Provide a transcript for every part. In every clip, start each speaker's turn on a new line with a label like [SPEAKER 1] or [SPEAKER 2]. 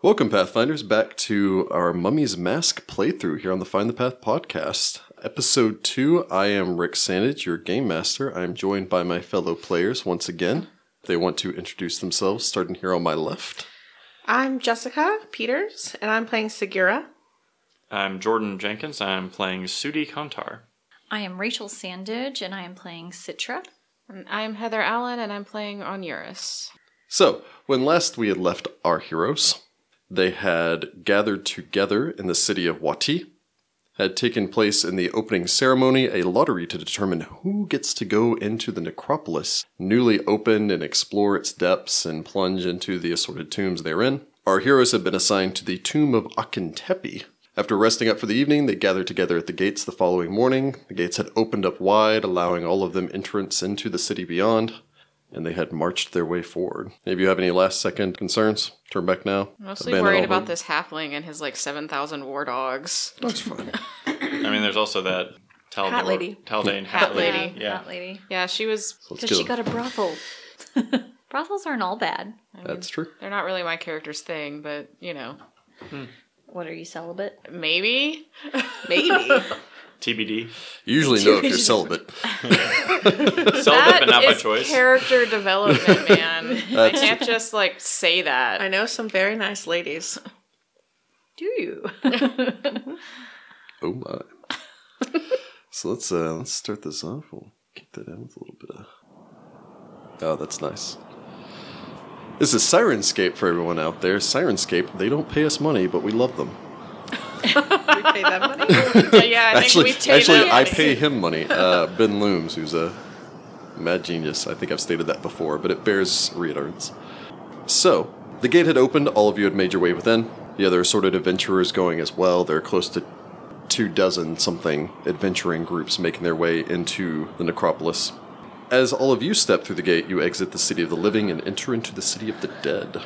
[SPEAKER 1] Welcome, Pathfinders, back to our Mummy's Mask playthrough here on the Find the Path podcast. Episode 2. I am Rick Sandage, your game master. I am joined by my fellow players once again. They want to introduce themselves, starting here on my left.
[SPEAKER 2] I'm Jessica Peters, and I'm playing Segura.
[SPEAKER 3] I'm Jordan Jenkins. I'm playing Sudi Kantar.
[SPEAKER 4] I am Rachel Sandage, and I am playing Citra.
[SPEAKER 5] And I'm Heather Allen, and I'm playing on Eurus.
[SPEAKER 1] So, when last we had left our heroes, they had gathered together in the city of Wati, had taken place in the opening ceremony a lottery to determine who gets to go into the necropolis, newly opened, and explore its depths and plunge into the assorted tombs therein. Our heroes have been assigned to the tomb of Akintepi. After resting up for the evening, they gathered together at the gates the following morning. The gates had opened up wide, allowing all of them entrance into the city beyond, and they had marched their way forward. If you have any last second concerns, turn back now.
[SPEAKER 5] Mostly
[SPEAKER 1] Abandon
[SPEAKER 5] worried
[SPEAKER 1] all
[SPEAKER 5] about
[SPEAKER 1] hope.
[SPEAKER 5] this halfling and his like 7,000 war dogs.
[SPEAKER 1] That's fine.
[SPEAKER 3] I mean, there's also that Taldane
[SPEAKER 2] Hat lady.
[SPEAKER 3] Taldane hat,
[SPEAKER 5] Hat
[SPEAKER 3] lady.
[SPEAKER 5] lady.
[SPEAKER 3] Yeah.
[SPEAKER 4] Um, That lady.
[SPEAKER 5] Yeah, she was.
[SPEAKER 1] Let's
[SPEAKER 4] Because
[SPEAKER 1] go.
[SPEAKER 4] she got a brothel. Brothels aren't all bad.
[SPEAKER 1] That's true.
[SPEAKER 5] They're not really my character's thing, but you know,
[SPEAKER 4] What are you, celibate?
[SPEAKER 5] maybe.
[SPEAKER 2] Maybe.
[SPEAKER 3] TBD.
[SPEAKER 1] You usually know if you're celibate.
[SPEAKER 3] Celibate, but not by
[SPEAKER 5] is
[SPEAKER 3] choice.
[SPEAKER 5] Character development, man. I
[SPEAKER 1] That's-
[SPEAKER 5] can't just like say that.
[SPEAKER 2] I know some very nice ladies.
[SPEAKER 4] Do you?
[SPEAKER 1] Oh my. so let's uh let's start this off. We'll keep that in with a little bit of Oh, that's nice. This is Sirenscape for everyone out there. Sirenscape, they don't pay us money, but we love them.
[SPEAKER 2] We pay them money.
[SPEAKER 5] Yeah, yeah, I think
[SPEAKER 1] actually,
[SPEAKER 5] we take
[SPEAKER 1] actually,
[SPEAKER 5] that.
[SPEAKER 1] I pay him money. Uh, ben Looms, who's a mad genius. I think I've stated that before, but it bears reiterance. So, the gate had opened. All of you had made your way within. The other assorted adventurers going as well. There are close to two dozen something adventuring groups making their way into the necropolis. As all of you step through the gate, you exit the city of the living and enter into the city of the dead.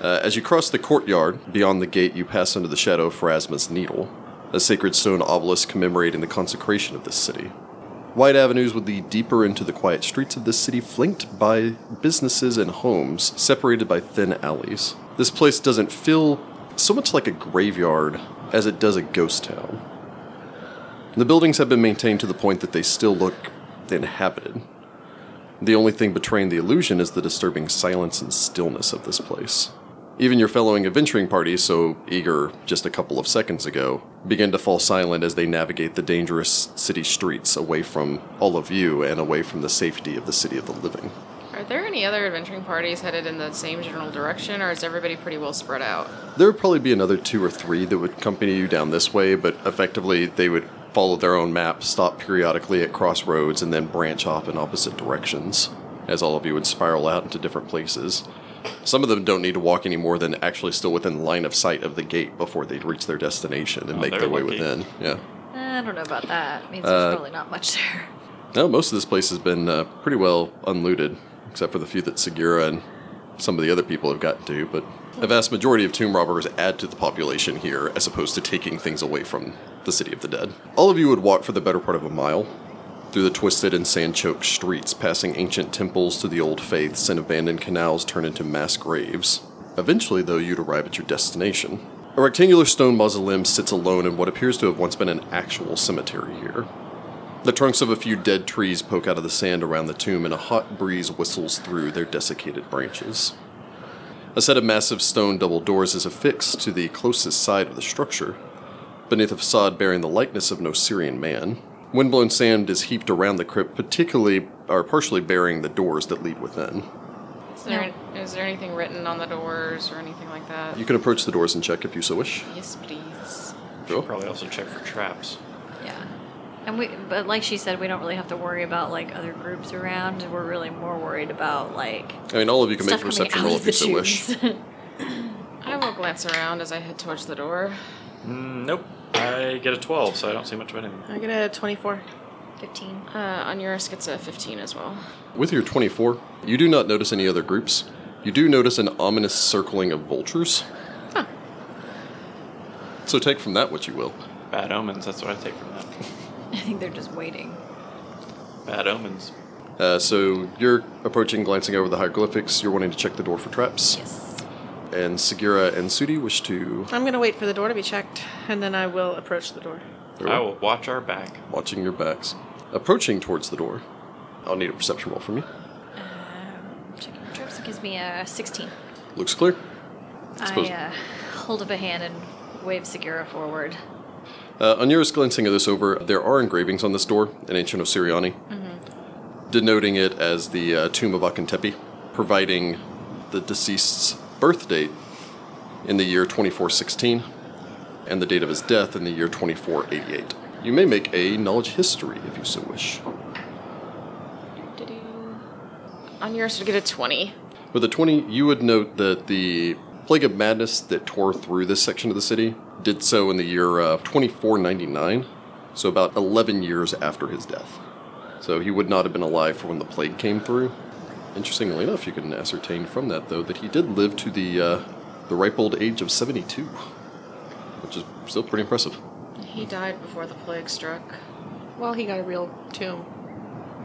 [SPEAKER 1] Uh, as you cross the courtyard, beyond the gate, you pass under the shadow of Pharasma's Needle, a sacred stone obelisk commemorating the consecration of this city. Wide avenues would lead deeper into the quiet streets of this city, flanked by businesses and homes, separated by thin alleys. This place doesn't feel so much like a graveyard as it does a ghost town. The buildings have been maintained to the point that they still look inhabited. The only thing betraying the illusion is the disturbing silence and stillness of this place. Even your fellowing adventuring party, so eager just a couple of seconds ago, begin to fall silent as they navigate the dangerous city streets away from all of you and away from the safety of the city of the living.
[SPEAKER 5] Are there any other adventuring parties headed in the same general direction, or is everybody pretty well spread out?
[SPEAKER 1] There would probably be another two or three that would accompany you down this way, but effectively they would follow their own map, stop periodically at crossroads, and then branch off in opposite directions, as all of you would spiral out into different places. Some of them don't need to walk any more than actually still within line of sight of the gate before they reach their destination and
[SPEAKER 3] Oh,
[SPEAKER 1] make
[SPEAKER 3] they're
[SPEAKER 1] their way
[SPEAKER 3] lucky.
[SPEAKER 1] within. Yeah.
[SPEAKER 4] I don't know about that. means
[SPEAKER 1] Uh,
[SPEAKER 4] there's probably not much there.
[SPEAKER 1] No, most of this place has been uh, pretty well unlooted, except for the few that Segura and some of the other people have gotten to. But a vast majority of tomb robbers add to the population here, as opposed to taking things away from the city of the dead. All of you would walk for the better part of a mile through the twisted and sand-choked streets, passing ancient temples to the old faiths and abandoned canals turned into mass graves. Eventually, though, you'd arrive at your destination. A rectangular stone mausoleum sits alone in what appears to have once been an actual cemetery here. The trunks of a few dead trees poke out of the sand around the tomb, and a hot breeze whistles through their desiccated branches. A set of massive stone double doors is affixed to the closest side of the structure, beneath a facade bearing the likeness of no Syrian man. Windblown sand is heaped around the crypt, particularly or partially burying the doors that lead within.
[SPEAKER 5] Is there, is there anything written on the doors or anything like that?
[SPEAKER 1] You can approach the doors and check if you so wish.
[SPEAKER 5] yes, please.
[SPEAKER 1] Sure.
[SPEAKER 3] Probably also check for traps.
[SPEAKER 4] Yeah. And we, but like she said, we don't really have to worry about like other groups around. We're really more worried about like
[SPEAKER 1] I mean, all of you can make a
[SPEAKER 4] stuff coming
[SPEAKER 1] perception
[SPEAKER 4] out
[SPEAKER 1] roll
[SPEAKER 4] of
[SPEAKER 1] if
[SPEAKER 4] the
[SPEAKER 1] you so wish.
[SPEAKER 4] tombs.
[SPEAKER 5] I will glance around as I head towards the door.
[SPEAKER 3] Mm, nope. I get a 12, so I don't see much of anything.
[SPEAKER 2] I get a 24.
[SPEAKER 4] Fifteen.
[SPEAKER 5] Uh, on Eurus gets a 15 as well.
[SPEAKER 1] With your 24, you do not notice any other groups. You do notice an ominous circling of vultures. So take from that what you will.
[SPEAKER 3] Bad omens. That's what I take from that.
[SPEAKER 4] I think they're just waiting.
[SPEAKER 3] Bad omens.
[SPEAKER 1] Uh, so you're approaching, glancing over the hieroglyphics. You're wanting to check the door for traps.
[SPEAKER 4] Yes.
[SPEAKER 1] and Segura and Sudi wish to
[SPEAKER 2] I'm going to wait for the door to be checked, and then I will approach the door.
[SPEAKER 3] I will watch our back.
[SPEAKER 1] watching your backs, approaching towards the door. I'll need a perception roll from you.
[SPEAKER 4] Um, chicken strips gives me a 16.
[SPEAKER 1] Looks clear.
[SPEAKER 4] I
[SPEAKER 1] Suppose-
[SPEAKER 4] uh, hold up a hand and wave Segura forward.
[SPEAKER 1] Uh, on yours, glancing at this over, there are engravings on this door in ancient Osiriani, denoting it as the uh, tomb of Akintepi, providing the deceased's birth date in the year 2416 and the date of his death in the year 2488. You may make a knowledge history if you so wish.
[SPEAKER 5] On yours, would get a 20.
[SPEAKER 1] With a 20, you would note that the Plague of Madness that tore through this section of the city did so in the year of 2499, so about 11 years after his death. So he would not have been alive for when the plague came through. Interestingly enough, you can ascertain from that, though, that he did live to the, uh, the ripe old age of 72, which is still pretty impressive.
[SPEAKER 5] He died before the plague struck.
[SPEAKER 2] Well, he got a real tomb.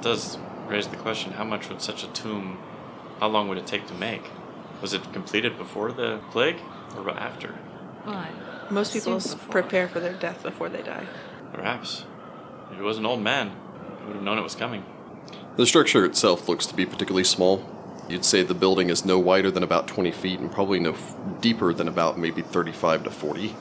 [SPEAKER 3] does raise the question how much would such a tomb, how long would it take to make? Was it completed before the plague or after?
[SPEAKER 4] Well,
[SPEAKER 2] Most
[SPEAKER 4] Seen
[SPEAKER 2] people s-
[SPEAKER 4] before.
[SPEAKER 2] prepare for their death before they die.
[SPEAKER 3] Perhaps. If it was an old man, I would have known it was coming.
[SPEAKER 1] The structure itself looks to be particularly small. You'd say the building is no wider than about 20 feet and probably no f- deeper than about maybe 35 to 40.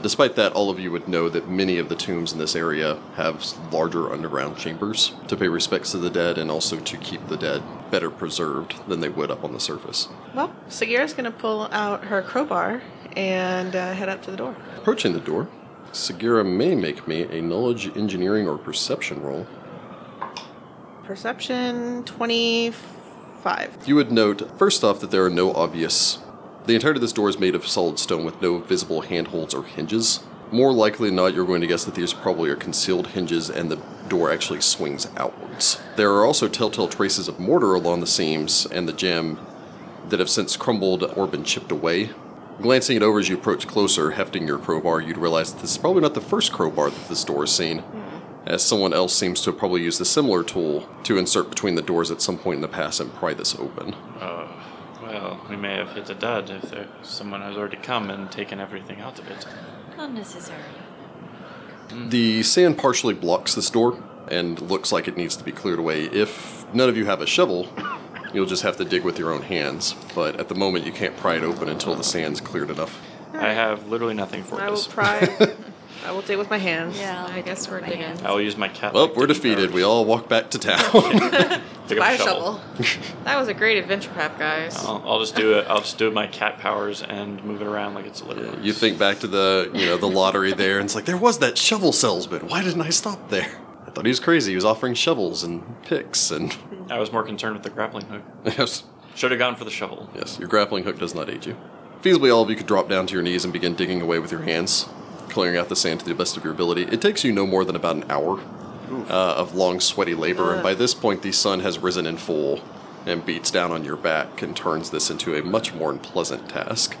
[SPEAKER 1] Despite that, all of you would know that many of the tombs in this area have s- larger underground chambers to pay respects to the dead and also to keep the dead better preserved than they would up on the surface.
[SPEAKER 2] Well, Sagira's going to pull out her crowbar and uh, head up to the door.
[SPEAKER 1] Approaching the door, Segura may make me a knowledge engineering or perception roll.
[SPEAKER 2] Perception 25.
[SPEAKER 1] You would note, first off, that there are no obvious. The entirety of this door is made of solid stone with no visible handholds or hinges. More likely than not, you're going to guess that these probably are concealed hinges and the door actually swings outwards. There are also telltale traces of mortar along the seams and the jam that have since crumbled or been chipped away. Glancing it over as you approach closer, hefting your crowbar, you'd realize that this is probably not the first crowbar that this door has seen, as someone else seems to have probably used a similar tool to insert between the doors at some point in the past and pry this open.
[SPEAKER 3] Uh, well, we may have hit the dud if there, someone has already come and taken everything out of it.
[SPEAKER 4] unnecessary.
[SPEAKER 1] The sand partially blocks this door and looks like it needs to be cleared away. If none of you have a shovel, you'll just have to dig with your own hands, but at the moment you can't pry it open until the sand's cleared enough.
[SPEAKER 3] I have literally nothing for
[SPEAKER 2] I will
[SPEAKER 3] this.
[SPEAKER 2] pry. I will do it with my hands.
[SPEAKER 4] Yeah,
[SPEAKER 5] I guess we're digging.
[SPEAKER 3] I will use my cat.
[SPEAKER 1] Well, we're defeated. We all walk back to town.
[SPEAKER 3] pick up Oh.
[SPEAKER 2] Buy
[SPEAKER 3] a
[SPEAKER 2] a shovel.
[SPEAKER 5] That was a great adventure path, guys.
[SPEAKER 3] I'll, I'll just do it. I'll just do my cat powers and move it around like it's a little.
[SPEAKER 1] you think back to the, you know, the lottery there and it's like there was that shovel salesman. Why didn't I stop there? I thought he was crazy. He was offering shovels and picks and
[SPEAKER 3] I was more concerned with the grappling hook.
[SPEAKER 1] yes.
[SPEAKER 3] Should have gone for the shovel.
[SPEAKER 1] Yes, your grappling hook does not aid you. Feasibly, all of you could drop down to your knees and begin digging away with your hands, clearing out the sand to the best of your ability. It takes you no more than about an hour uh, of long, sweaty labor, and by this point, the sun has risen in full and beats down on your back and turns this into a much more unpleasant task.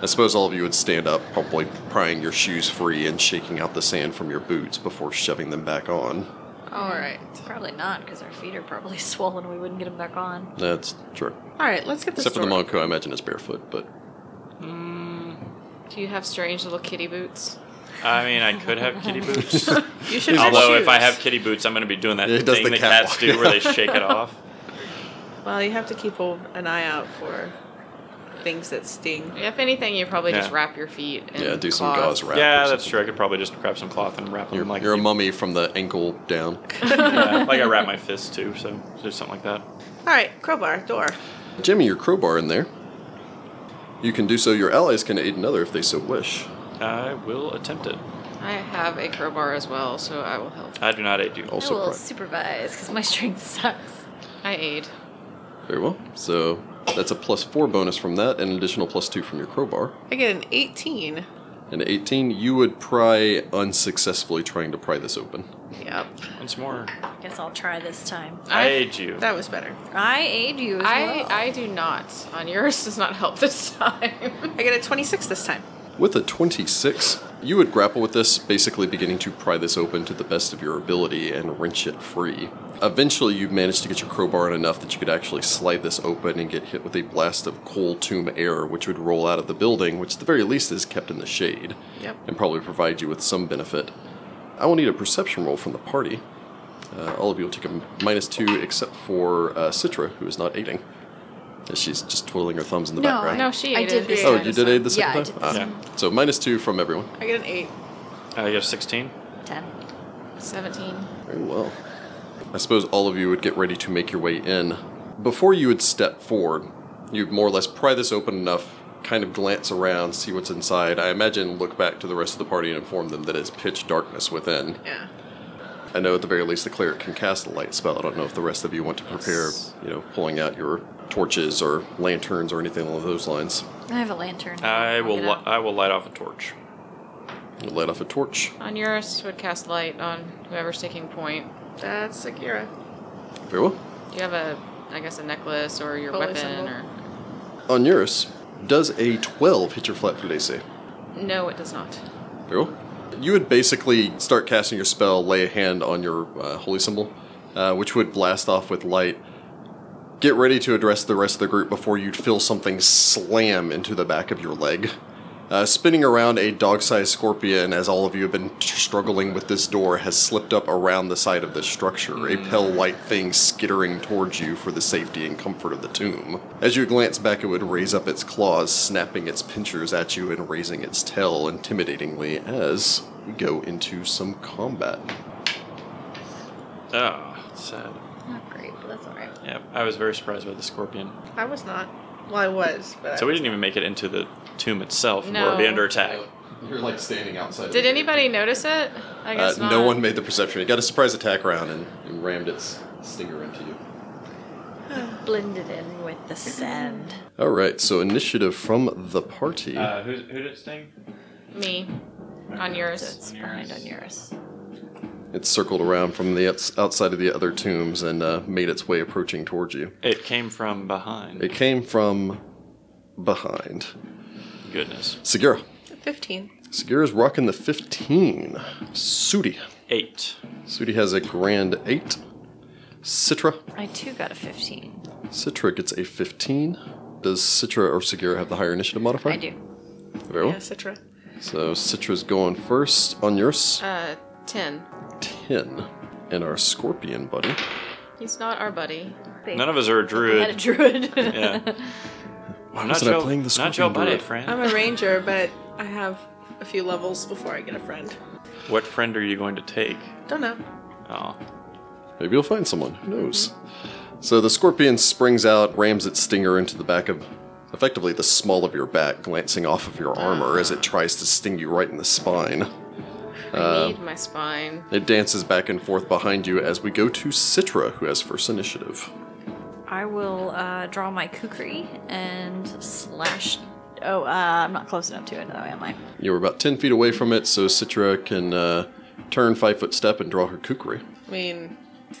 [SPEAKER 1] I suppose all of you would stand up, probably prying your shoes free and shaking out the sand from your boots before shoving them back on.
[SPEAKER 2] All right.
[SPEAKER 4] Probably not, because our feet are probably swollen. We wouldn't get them back on.
[SPEAKER 1] That's true.
[SPEAKER 2] All right, let's get this
[SPEAKER 1] Except for the
[SPEAKER 2] door.
[SPEAKER 1] monk, who I imagine is barefoot, but
[SPEAKER 5] Do you have strange little kitty boots?
[SPEAKER 3] I mean, I could have kitty boots.
[SPEAKER 2] You should have
[SPEAKER 3] Although,
[SPEAKER 2] shoes.
[SPEAKER 3] if I have kitty boots, I'm going to be doing that
[SPEAKER 1] It does
[SPEAKER 3] thing
[SPEAKER 1] the
[SPEAKER 3] that cats
[SPEAKER 1] catwalk.
[SPEAKER 3] do where they shake it off.
[SPEAKER 2] Well, you have to keep a- an eye out for things that sting.
[SPEAKER 5] If anything, you probably just
[SPEAKER 3] Yeah.
[SPEAKER 5] wrap your feet. And
[SPEAKER 1] yeah, do some gauze wrap. or
[SPEAKER 3] yeah, that's
[SPEAKER 1] something.
[SPEAKER 3] true. I could probably just grab some cloth and wrap them
[SPEAKER 1] You're,
[SPEAKER 3] like
[SPEAKER 1] you're a mummy from the ankle down.
[SPEAKER 3] yeah, like I wrap my fists too, so do something like that.
[SPEAKER 2] All right, crowbar, door.
[SPEAKER 1] Jimmy, your crowbar in there. You can do so. Your allies can aid another if they so wish.
[SPEAKER 3] I will attempt it.
[SPEAKER 5] I have a crowbar as well, so I will help.
[SPEAKER 3] I do not aid you.
[SPEAKER 1] Also,
[SPEAKER 4] I will
[SPEAKER 1] pri-
[SPEAKER 4] supervise, because my strength sucks.
[SPEAKER 5] I aid.
[SPEAKER 1] very well. So that's a plus four bonus from that, and an additional plus two from your crowbar.
[SPEAKER 2] I get an 18.
[SPEAKER 1] And 18, you would pry unsuccessfully trying to pry this open.
[SPEAKER 2] Yep,
[SPEAKER 3] Once more,
[SPEAKER 4] I guess I'll try this time.
[SPEAKER 3] I,
[SPEAKER 5] I-
[SPEAKER 3] aid you.
[SPEAKER 2] that was better.
[SPEAKER 4] I aid you as
[SPEAKER 5] I
[SPEAKER 4] well.
[SPEAKER 5] I do not. On yours does not help this time.
[SPEAKER 2] I get a 26 this time.
[SPEAKER 1] With a 26, You would grapple with this, basically beginning to pry this open to the best of your ability and wrench it free. Eventually, you manage to get your crowbar in enough that you could actually slide this open and get hit with a blast of cold tomb air, which would roll out of the building, which at the very least is kept in the shade,
[SPEAKER 2] Yep.
[SPEAKER 1] and probably provide you with some benefit. I will need a perception roll from the party. Uh, all of you will take a minus two, except for uh, Citra, who is not aiding. as She's just twirling her thumbs in the background.
[SPEAKER 5] No, she
[SPEAKER 4] I
[SPEAKER 5] ate
[SPEAKER 4] did
[SPEAKER 5] it this
[SPEAKER 4] the-
[SPEAKER 1] Oh,
[SPEAKER 5] time.
[SPEAKER 1] you did aid the
[SPEAKER 4] Yeah,
[SPEAKER 1] second
[SPEAKER 4] I
[SPEAKER 1] time?
[SPEAKER 4] did the
[SPEAKER 1] Ah. So minus two from everyone.
[SPEAKER 2] I get an eight.
[SPEAKER 3] Uh, you have 16?
[SPEAKER 4] Ten.
[SPEAKER 5] 17.
[SPEAKER 1] Very well. I suppose all of you would get ready to make your way in. Before you would step forward, you'd more or less pry this open enough, kind of glance around, see what's inside. I imagine look back to the rest of the party and inform them that it's pitch darkness within.
[SPEAKER 2] Yeah.
[SPEAKER 1] I know at the very least the cleric can cast a light spell. I don't know if the rest of you want to prepare,
[SPEAKER 3] Yes.
[SPEAKER 1] you know, pulling out your torches or lanterns or anything along those lines.
[SPEAKER 4] I have a lantern.
[SPEAKER 3] I
[SPEAKER 4] I'll
[SPEAKER 3] will,
[SPEAKER 4] get
[SPEAKER 3] li-
[SPEAKER 4] out.
[SPEAKER 3] I will light off a torch.
[SPEAKER 1] You'll light off a torch.
[SPEAKER 5] Onuris would cast light on whoever's taking point.
[SPEAKER 2] That's Akira.
[SPEAKER 1] Very well.
[SPEAKER 5] Do you have a, I guess, a necklace or your
[SPEAKER 2] Holy
[SPEAKER 5] weapon
[SPEAKER 2] symbol.
[SPEAKER 5] or?
[SPEAKER 1] On Eurus, does a 12 hit your flat foot AC?
[SPEAKER 5] No, it does not.
[SPEAKER 1] Very well. You would basically start casting your spell, lay a hand on your uh, holy symbol, uh, which would blast off with light. Get ready to address the rest of the group before you'd feel something slam into the back of your leg. Uh, spinning around a dog sized scorpion, as all of you have been t- struggling with this door, has slipped up around the side of this structure, a pale white thing skittering towards you for the safety and comfort of the tomb. As you glance back, it would raise up its claws, snapping its pinchers at you and raising its tail intimidatingly as we go into some combat.
[SPEAKER 3] Ah, sad.
[SPEAKER 4] Not great, but that's all right.
[SPEAKER 3] Yeah, I was very surprised by the scorpion.
[SPEAKER 2] I was not. Well, I was, but
[SPEAKER 3] So
[SPEAKER 2] I,
[SPEAKER 3] we didn't even make it into the tomb itself. We're
[SPEAKER 5] No.
[SPEAKER 3] already under attack.
[SPEAKER 1] You're like standing outside.
[SPEAKER 5] Did anybody notice it? I
[SPEAKER 1] Uh,
[SPEAKER 5] guess not.
[SPEAKER 1] no one made the perception. It got a surprise attack round and, and rammed its stinger into you.
[SPEAKER 4] Blended in with the sand.
[SPEAKER 1] All right, so initiative from the party.
[SPEAKER 3] Uh, who, who did it sting?
[SPEAKER 5] Me.
[SPEAKER 4] So
[SPEAKER 5] Onuris.
[SPEAKER 4] it's behind on yours.
[SPEAKER 1] It circled around from the outs- outside of the other tombs and uh, made its way approaching towards you.
[SPEAKER 3] It came from behind.
[SPEAKER 1] It came from behind.
[SPEAKER 3] Goodness.
[SPEAKER 1] Segura.
[SPEAKER 2] fifteen.
[SPEAKER 1] Segura's rocking the 15. Sudi.
[SPEAKER 3] Eight.
[SPEAKER 1] Sudi has a grand 8. Citra.
[SPEAKER 4] I too got a fifteen.
[SPEAKER 1] Citra gets a 15. Does Citra or Segura have the higher initiative modifier?
[SPEAKER 4] I do.
[SPEAKER 1] Very well.
[SPEAKER 2] Yeah, Citra.
[SPEAKER 1] So Citra's going first on yours.
[SPEAKER 5] Uh, 10.
[SPEAKER 1] 10. And our scorpion buddy.
[SPEAKER 5] He's not our buddy.
[SPEAKER 4] They
[SPEAKER 3] None of us are a
[SPEAKER 4] had a
[SPEAKER 3] druid.
[SPEAKER 4] druid.
[SPEAKER 3] Yeah.
[SPEAKER 1] Why
[SPEAKER 3] I'm
[SPEAKER 1] wasn't I playing the
[SPEAKER 3] not
[SPEAKER 1] scorpion
[SPEAKER 3] your buddy,
[SPEAKER 1] druid?
[SPEAKER 3] friend.
[SPEAKER 2] I'm a ranger, but I have a few levels before I get a friend.
[SPEAKER 3] What friend are you going to take?
[SPEAKER 2] Don't know.
[SPEAKER 3] Oh,
[SPEAKER 1] Maybe you'll find someone. Who knows? So the scorpion springs out, rams its stinger into the back of, effectively, the small of your back, glancing off of your armor as it tries to sting you right in the spine. Uh,
[SPEAKER 5] I need my spine.
[SPEAKER 1] It dances back and forth behind you as we go to Citra, who has first initiative.
[SPEAKER 4] I will uh, draw my kukri and slash. Oh, uh, I'm not close enough to it though, am I?
[SPEAKER 1] You were about 10 feet away from it, so Citra can uh, turn five foot step and draw her kukri.
[SPEAKER 2] I mean,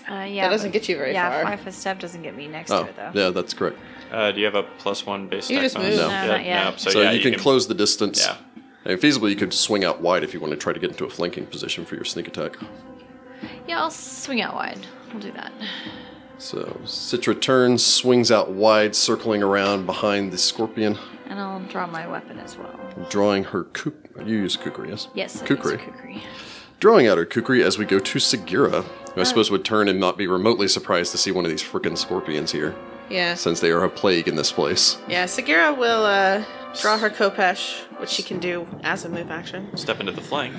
[SPEAKER 4] Uh, yeah.
[SPEAKER 5] That doesn't
[SPEAKER 4] but-
[SPEAKER 5] get you very
[SPEAKER 4] yeah,
[SPEAKER 5] far.
[SPEAKER 4] five foot step doesn't get me next
[SPEAKER 1] Oh,
[SPEAKER 4] to it though.
[SPEAKER 1] yeah, that's correct.
[SPEAKER 3] uh, do you have a plus one base?
[SPEAKER 5] You
[SPEAKER 3] attack
[SPEAKER 5] just
[SPEAKER 3] bonus?
[SPEAKER 5] moved.
[SPEAKER 1] No.
[SPEAKER 4] No, not yet.
[SPEAKER 3] So,
[SPEAKER 1] So
[SPEAKER 3] yeah,
[SPEAKER 1] you, can, close the distance.
[SPEAKER 3] Yeah.
[SPEAKER 1] And feasibly, you could swing out wide if you wanted to try to get into a flanking position for your sneak attack.
[SPEAKER 4] Yeah, I'll swing out wide. We'll do that.
[SPEAKER 1] So Citra turns, swings out wide, circling around behind the scorpion,
[SPEAKER 4] And I'll draw my weapon as well.
[SPEAKER 1] drawing her kuk. You use kukri, yes?
[SPEAKER 4] Yes, it is
[SPEAKER 1] kukri.
[SPEAKER 4] kukri.
[SPEAKER 1] Drawing out her kukri as we go to Segura, who I suppose would turn and not be remotely surprised to see one of these frickin' scorpions here,
[SPEAKER 2] yeah.
[SPEAKER 1] since they are a plague in this place.
[SPEAKER 2] Yeah, Sagira will uh, draw her Kopesh, which she can do as a move action,
[SPEAKER 3] Step into the flank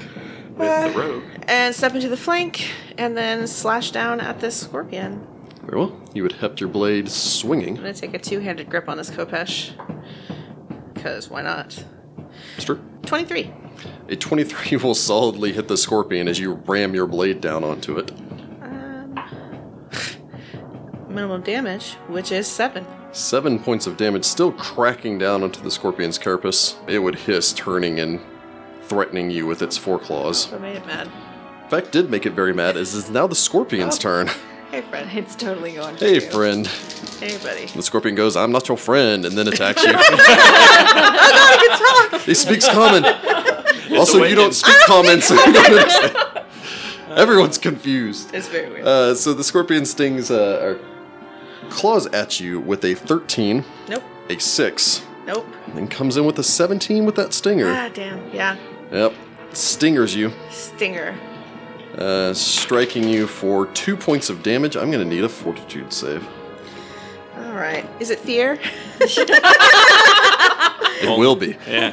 [SPEAKER 3] with
[SPEAKER 2] Uh,
[SPEAKER 3] the rogue.
[SPEAKER 2] and step into the flank, and then slash down at this scorpion.
[SPEAKER 1] Very well. You would heft your blade
[SPEAKER 2] I'm
[SPEAKER 1] swinging.
[SPEAKER 2] gonna take a two-handed grip on this Kopesh, because why not?
[SPEAKER 1] Mister.
[SPEAKER 2] Twenty-three.
[SPEAKER 1] A 23 will solidly hit the scorpion as you ram your blade down onto it.
[SPEAKER 2] Um, minimum damage, which is seven.
[SPEAKER 1] Seven points of damage, still cracking down onto the scorpion's carapace. It would hiss, turning and threatening you with its foreclaws.
[SPEAKER 2] So I made it mad.
[SPEAKER 1] fact did make it very mad as it's now the scorpion's turn.
[SPEAKER 2] Hey, friend.
[SPEAKER 4] It's totally going to
[SPEAKER 1] Hey,
[SPEAKER 4] you.
[SPEAKER 1] friend.
[SPEAKER 2] Hey, buddy.
[SPEAKER 1] The scorpion goes, I'm not your friend, and then attacks you. he speaks common. Also, you don't
[SPEAKER 3] awakened.
[SPEAKER 1] speak common, so you don't understand. Everyone's confused.
[SPEAKER 2] It's very weird.
[SPEAKER 1] Uh, so the scorpion stings uh, or claws at you with a 13,
[SPEAKER 2] nope.
[SPEAKER 1] a 6,
[SPEAKER 2] Nope.
[SPEAKER 1] and then comes in with a 17 with that stinger.
[SPEAKER 2] Ah, damn. Yeah.
[SPEAKER 1] Yep, stingers you,
[SPEAKER 2] Stinger.
[SPEAKER 1] uh, striking you for two points of damage. I'm going to need a fortitude save.
[SPEAKER 2] All right. Is it fear?
[SPEAKER 1] It will be.
[SPEAKER 3] Yeah.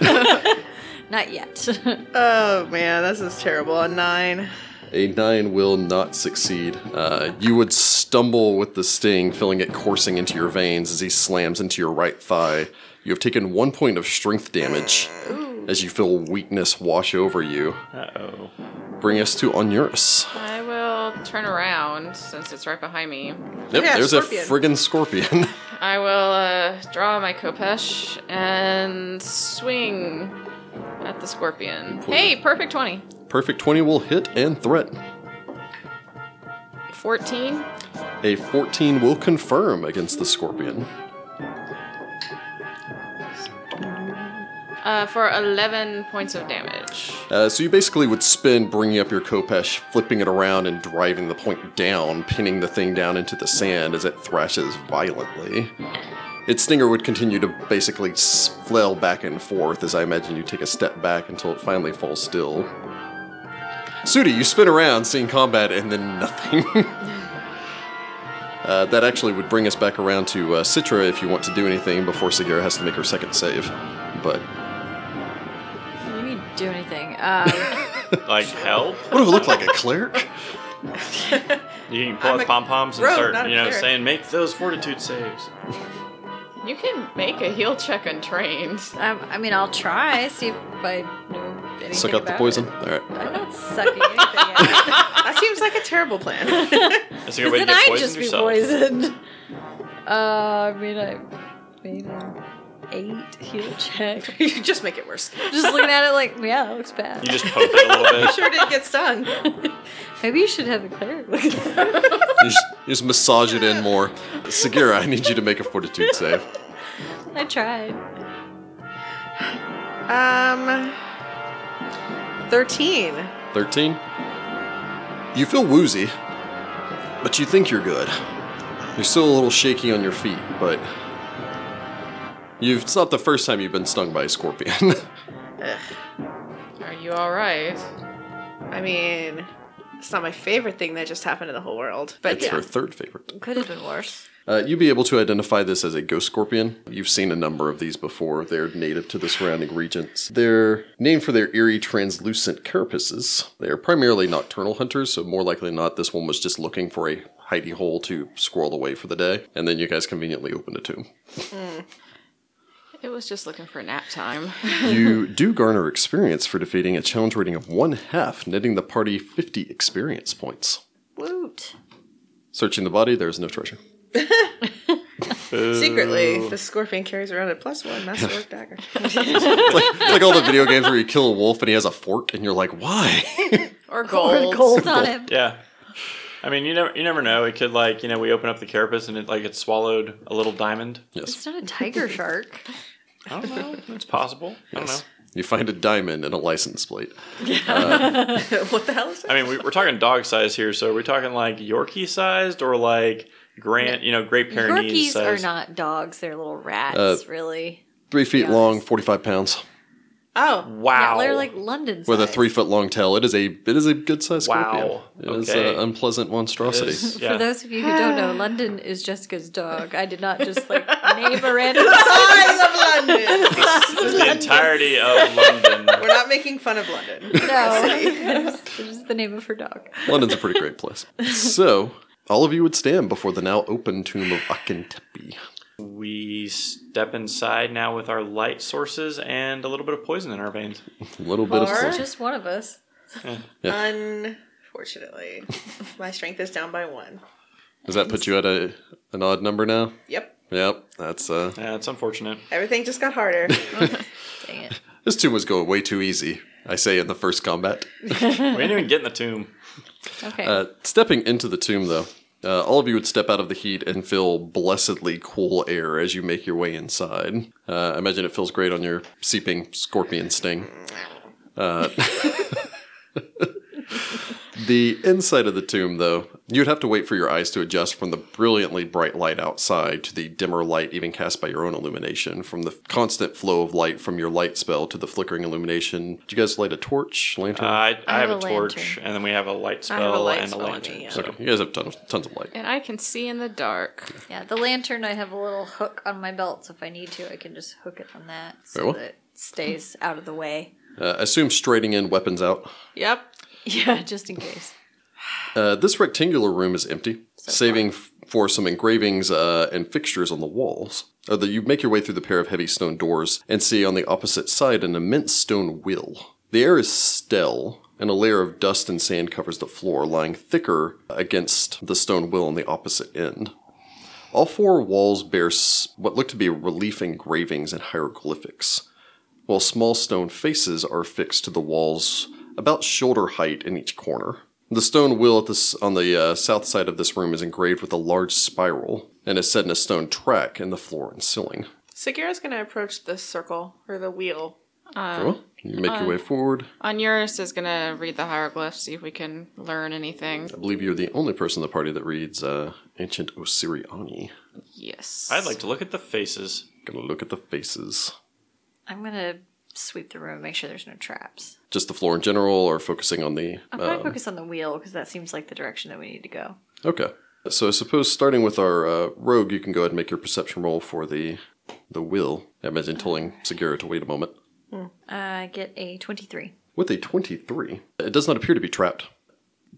[SPEAKER 4] Not yet.
[SPEAKER 2] Oh man, this is terrible. A nine.
[SPEAKER 1] A 9 will not succeed. Uh, you would stumble with the sting, feeling it coursing into your veins as he slams into your right thigh. You have taken one point of strength damage as you feel weakness wash over you.
[SPEAKER 3] Uh oh.
[SPEAKER 1] Bring us to Onuris.
[SPEAKER 5] I will turn around since it's right behind me.
[SPEAKER 1] Yep,
[SPEAKER 2] Yeah,
[SPEAKER 1] there's
[SPEAKER 2] scorpion.
[SPEAKER 1] a friggin' scorpion.
[SPEAKER 5] I will uh, draw my Kopesh and swing at the scorpion. Hey, perfect 20.
[SPEAKER 1] Perfect 20 will hit and threat.
[SPEAKER 5] 14.
[SPEAKER 1] A 14 will confirm against the scorpion.
[SPEAKER 5] Uh, for 11 points of damage.
[SPEAKER 1] Uh, so you basically would spin bringing up your Kopesh, flipping it around and driving the point down, pinning the thing down into the sand as it thrashes violently. Its stinger would continue to basically s- flail back and forth as I imagine you take a step back until it finally falls still. Sudi, you spin around, seeing combat, and then nothing. uh, that actually would bring us back around to uh, Citra if you want to do anything before Segura has to make her second save. But
[SPEAKER 4] you mean do anything? Um,
[SPEAKER 3] Like help?
[SPEAKER 1] what if it looked like a cleric?
[SPEAKER 3] You can pull
[SPEAKER 2] I'm
[SPEAKER 3] out
[SPEAKER 2] a
[SPEAKER 3] pom poms and
[SPEAKER 2] rogue,
[SPEAKER 3] start,
[SPEAKER 2] not a
[SPEAKER 3] you know,
[SPEAKER 2] cleric.
[SPEAKER 3] saying make those fortitude saves.
[SPEAKER 5] You can make a heal check untrained.
[SPEAKER 4] um, I mean, I'll try. See if I know anything.
[SPEAKER 1] Suck out the
[SPEAKER 4] about it.
[SPEAKER 1] poison. All right.
[SPEAKER 4] I'm not sucking anything out.
[SPEAKER 2] That seems like a terrible plan.
[SPEAKER 3] That's a good
[SPEAKER 4] Because
[SPEAKER 3] way to
[SPEAKER 4] then
[SPEAKER 3] get
[SPEAKER 4] I'd
[SPEAKER 3] poisoned
[SPEAKER 4] just be
[SPEAKER 3] yourself.
[SPEAKER 4] poisoned. Uh, I mean, I made an eight heal check.
[SPEAKER 2] you just make it worse.
[SPEAKER 4] Just looking at it like, yeah, that looks bad.
[SPEAKER 3] You just poke it a little bit.
[SPEAKER 2] Sure did get stung.
[SPEAKER 4] Maybe you should have a cleric look at that.
[SPEAKER 1] You just, you just massage it in more. Sagira, I need you to make a fortitude save.
[SPEAKER 4] I tried.
[SPEAKER 2] Um, thirteen.
[SPEAKER 1] 13. You feel woozy, but you think you're good. You're still a little shaky on your feet, but you've, it's not the first time you've been stung by a scorpion.
[SPEAKER 2] Ugh.
[SPEAKER 5] Are you alright?
[SPEAKER 2] I mean, it's not my favorite thing that just happened in the whole world, but
[SPEAKER 1] it's
[SPEAKER 2] yeah.
[SPEAKER 1] her third favorite.
[SPEAKER 4] Could have been worse.
[SPEAKER 1] Uh, you'd be able to identify this as a ghost scorpion. You've seen a number of these before. They're native to the surrounding regions. They're named for their eerie, translucent carapaces. They are primarily nocturnal hunters, so more likely than not, this one was just looking for a hidey hole to squirrel away for the day, and then you guys conveniently opened it to him.
[SPEAKER 5] It was just looking for nap time.
[SPEAKER 1] you do garner experience for defeating a challenge rating of one half, netting the party 50 experience points.
[SPEAKER 4] Woot.
[SPEAKER 1] Searching the body, there is no treasure.
[SPEAKER 2] Secretly, the scorpion carries around a plus one masterwork dagger.
[SPEAKER 1] It's like, it's like all the video games where you kill a wolf and he has a fork, and you're like, why?
[SPEAKER 5] Or gold.
[SPEAKER 4] Gold on him.
[SPEAKER 3] Yeah. I mean, you never you never know. It could like you know we open up the carapace and it like it swallowed a little diamond.
[SPEAKER 1] yes.
[SPEAKER 4] It's not a tiger shark.
[SPEAKER 3] I don't know. It's possible. I don't know.
[SPEAKER 1] You find a diamond and a license plate.
[SPEAKER 2] what the hell is that?
[SPEAKER 3] I mean, we, we're talking dog size here, so are we talking like Yorkie sized or like Grant, you know, Great Pyrenees
[SPEAKER 4] Yorkies are
[SPEAKER 3] size?
[SPEAKER 4] not dogs. They're little rats,
[SPEAKER 1] Uh,
[SPEAKER 4] really.
[SPEAKER 1] Three feet long, forty-five pounds,
[SPEAKER 2] Oh,
[SPEAKER 3] Wow.
[SPEAKER 4] Yeah, they're like London
[SPEAKER 1] with a
[SPEAKER 4] size.
[SPEAKER 1] three foot long tail. It is a it is a good sized scorpion.
[SPEAKER 3] Wow.
[SPEAKER 1] It is
[SPEAKER 3] Okay.
[SPEAKER 1] an unpleasant monstrosity.
[SPEAKER 3] Yes.
[SPEAKER 4] For
[SPEAKER 3] yeah.
[SPEAKER 4] those of you who don't know, London is Jessica's dog. I did not just like name a random size.
[SPEAKER 2] I love London.
[SPEAKER 3] This is the entirety of London.
[SPEAKER 2] We're not making fun of London.
[SPEAKER 4] No, this is the name of her dog.
[SPEAKER 1] London's a pretty great place. So all of you would stand before the now open tomb of Akintepi.
[SPEAKER 3] We step inside now with our light sources and a little bit of poison in our veins.
[SPEAKER 1] A little bit of
[SPEAKER 2] Bar?
[SPEAKER 1] poison.
[SPEAKER 4] Just one of us.
[SPEAKER 2] Unfortunately, my strength is down by one.
[SPEAKER 1] Does that put you at a an odd number now?
[SPEAKER 2] Yep.
[SPEAKER 1] Yep, that's uh.
[SPEAKER 3] Yeah, it's unfortunate.
[SPEAKER 2] Everything just got harder.
[SPEAKER 4] Dang it.
[SPEAKER 1] This tomb was going way too easy. I say in the first combat.
[SPEAKER 3] We didn't even get in the tomb.
[SPEAKER 4] Okay.
[SPEAKER 1] Uh, stepping into the tomb, though, uh, all of you would step out of the heat and feel blessedly cool air as you make your way inside. Uh, I imagine it feels great on your seeping scorpion sting. Uh, the inside of the tomb, though, you'd have to wait for your eyes to adjust from the brilliantly bright light outside to the dimmer light even cast by your own illumination, from the constant flow of light from your light spell to the flickering illumination. Did you guys light a torch, lantern?
[SPEAKER 3] Uh, I, I have a
[SPEAKER 4] lantern.
[SPEAKER 3] torch, and then we have a light
[SPEAKER 2] I have a
[SPEAKER 3] spell
[SPEAKER 2] light
[SPEAKER 3] Oh, and a
[SPEAKER 2] spell on
[SPEAKER 3] lantern.
[SPEAKER 2] me, yeah.
[SPEAKER 3] So
[SPEAKER 1] okay, you guys have tons, tons of light.
[SPEAKER 5] And I can see in the dark.
[SPEAKER 4] Yeah, the lantern, I have a little hook on my belt, so if I need to, I can just hook it on that so
[SPEAKER 1] Very well.
[SPEAKER 4] that it stays out of the way.
[SPEAKER 1] Uh, assume straighting in, weapons out.
[SPEAKER 2] Yep.
[SPEAKER 4] Yeah, just in case.
[SPEAKER 1] Uh, this rectangular room is empty, saving f- for some engravings uh, and fixtures on the walls. Uh, the- you make your way through the pair of heavy stone doors and see on the opposite side an immense stone wheel. The air is stale, and a layer of dust and sand covers the floor, lying thicker against the stone wheel on the opposite end. All four walls bear s- what look to be relief engravings and hieroglyphics while small stone faces are affixed to the walls about shoulder height in each corner. The stone wheel at this, on the uh, south side of this room is engraved with a large spiral and is set in a stone track in the floor and ceiling.
[SPEAKER 2] Sagira's gonna approach the circle or the wheel.
[SPEAKER 1] Well, you make your way forward.
[SPEAKER 5] Onuris is gonna read the hieroglyphs, see if we can learn anything.
[SPEAKER 1] I believe you're the only person in the party that reads uh, Ancient Osiriani.
[SPEAKER 5] Yes.
[SPEAKER 3] I'd like to look at the faces.
[SPEAKER 1] Gonna look at the faces.
[SPEAKER 4] I'm gonna sweep the room, make sure there's no traps.
[SPEAKER 1] Just the floor in general, or focusing on the.
[SPEAKER 4] I'll probably focus on the wheel because that seems like the direction that we need to go.
[SPEAKER 1] Okay. So I suppose starting with our uh, rogue, you can go ahead and make your perception roll for the the will. I imagine telling Segura to wait a moment.
[SPEAKER 4] I Uh, get a 23.
[SPEAKER 1] With a 23, it does not appear to be trapped.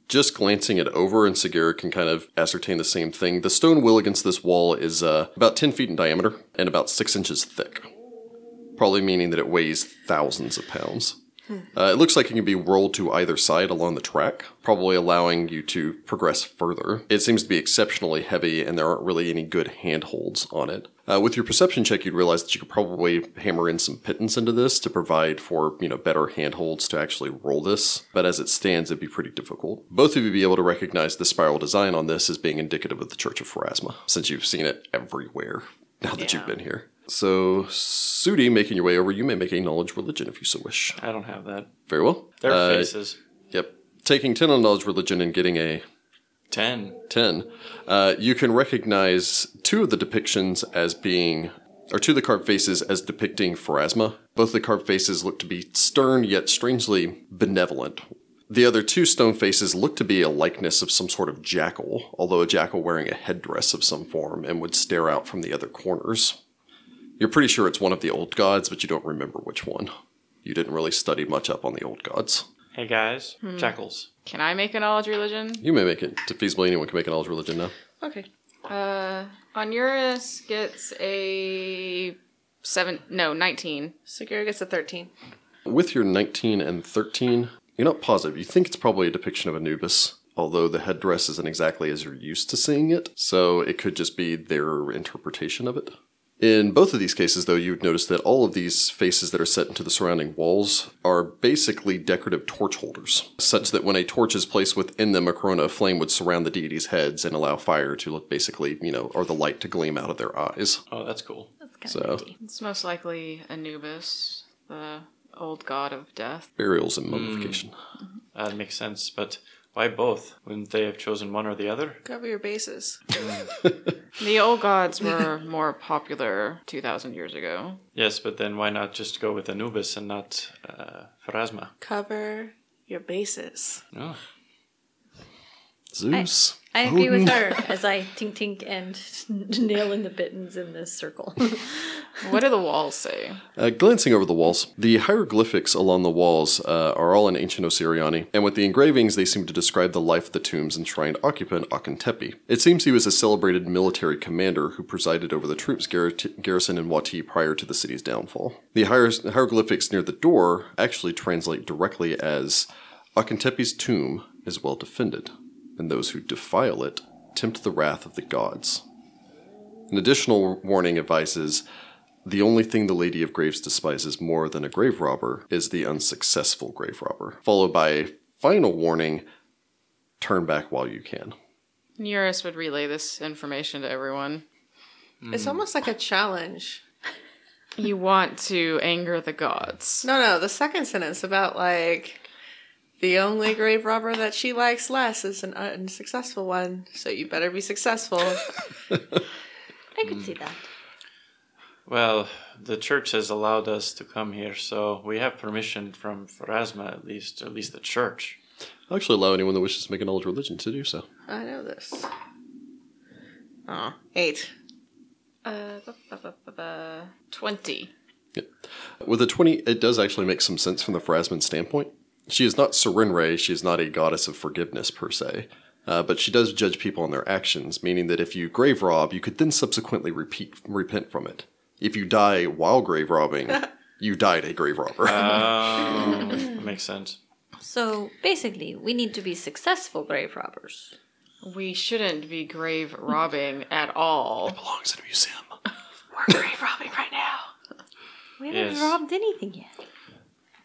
[SPEAKER 1] Just glancing it over, and Segura can kind of ascertain the same thing. The stone wheel against this wall is uh, about 10 feet in diameter and about 6 inches thick, probably meaning that it weighs thousands of pounds. Uh, it looks like it can be rolled to either side along the track, probably allowing you to progress further. It seems to be exceptionally heavy, and there aren't really any good handholds on it. Uh, with your perception check, you'd realize that you could probably hammer in some pittance into this to provide for you know better handholds to actually roll this. But as it stands, it'd be pretty difficult. Both of you be able to recognize the spiral design on this as being indicative of the Church of Pharasma, since you've seen it everywhere now that you've
[SPEAKER 2] Yeah.
[SPEAKER 1] been here. So, Sudi, making your way over, you may make a knowledge religion if you so wish.
[SPEAKER 3] I don't have that.
[SPEAKER 1] Very well.
[SPEAKER 3] Their
[SPEAKER 1] Uh,
[SPEAKER 3] faces.
[SPEAKER 1] Yep. Taking 10 on knowledge religion and getting a
[SPEAKER 3] Ten.
[SPEAKER 1] 10, uh, you can recognize two of the depictions as being, or two of the carved faces as depicting Pharasma. Both the carved faces look to be stern yet strangely benevolent. The other two stone faces look to be a likeness of some sort of jackal, although a jackal wearing a headdress of some form and would stare out from the other corners. You're pretty sure it's one of the old gods, but you don't remember which one. You didn't really study much up on the old gods.
[SPEAKER 3] Hey guys,
[SPEAKER 2] Hmm.
[SPEAKER 3] jackals.
[SPEAKER 5] Can I make a knowledge religion?
[SPEAKER 1] You may make it. To feasibly anyone can make an knowledge religion now.
[SPEAKER 2] Okay.
[SPEAKER 5] Uh, Onuris gets a seven. No, nineteen.
[SPEAKER 2] Sagira gets a thirteen.
[SPEAKER 1] With your 19 and 13, you're not positive. You think it's probably a depiction of Anubis, although the headdress isn't exactly as you're used to seeing it, so it could just be their interpretation of it. In both of these cases, though, you'd notice that all of these faces that are set into the surrounding walls are basically decorative torch holders, such that when a torch is placed within them, a corona of flame would surround the deity's heads and allow fire to look basically, you know, or the light to gleam out of their eyes.
[SPEAKER 3] Oh, that's cool.
[SPEAKER 4] That's kind
[SPEAKER 1] So-
[SPEAKER 4] of nifty.
[SPEAKER 5] It's most likely Anubis, the old god of death.
[SPEAKER 1] Burials and mummification.
[SPEAKER 3] That makes sense, but why both? Wouldn't they have chosen one or the other?
[SPEAKER 2] Cover your bases.
[SPEAKER 5] The old gods were more popular two thousand years ago.
[SPEAKER 3] Yes, but then why not just go with Anubis and not uh, Pharasma? Oh.
[SPEAKER 2] Cover your bases.
[SPEAKER 3] No.
[SPEAKER 1] Zeus.
[SPEAKER 4] I agree with
[SPEAKER 1] Odin.
[SPEAKER 4] her as I tink tink and nail in the bittens in this circle.
[SPEAKER 5] What do the walls say?
[SPEAKER 1] Uh, glancing over the walls, the hieroglyphics along the walls uh, are all in ancient Osiriani, and with the engravings, they seem to describe the life of the tomb's enshrined occupant, Akentepi. It seems he was a celebrated military commander who presided over the troops gar- garrisoned in Wati prior to the city's downfall. The hier- hieroglyphics near the door actually translate directly as Akentepi's tomb is well defended, and those who defile it tempt the wrath of the gods. An additional warning advises the only thing the Lady of Graves despises more than a grave robber is the unsuccessful grave robber, followed by a final warning turn back while you can.
[SPEAKER 5] Onuris would relay this information to everyone.
[SPEAKER 2] It's almost like a challenge.
[SPEAKER 5] You want to anger the gods.
[SPEAKER 2] No, no, the second sentence about like the only grave robber that she likes less is an unsuccessful one, so you better be successful.
[SPEAKER 4] I could
[SPEAKER 1] Hmm.
[SPEAKER 4] see that.
[SPEAKER 3] Well, the church has allowed us to come here, so we have permission from Pharasma, at least, at least the church.
[SPEAKER 1] I'll actually allow anyone that wishes to make an old religion to do so.
[SPEAKER 2] I know this. Oh, eight.
[SPEAKER 5] Uh, bu- bu- bu- bu- bu- 20.
[SPEAKER 1] With a 20, it does actually make some sense from the Phrasman standpoint. She is not Serenre, she is not a goddess of forgiveness per se, uh, but she does judge people on their actions, meaning that if you grave rob, you could then subsequently repeat, repent from it. If you die while grave robbing, you died a grave robber.
[SPEAKER 3] Oh, makes sense.
[SPEAKER 4] So basically, we need to be successful grave robbers.
[SPEAKER 5] We shouldn't be grave robbing at all.
[SPEAKER 1] belongs in a museum.
[SPEAKER 2] We're grave robbing right now.
[SPEAKER 4] We haven't
[SPEAKER 3] Yes.
[SPEAKER 4] robbed anything yet.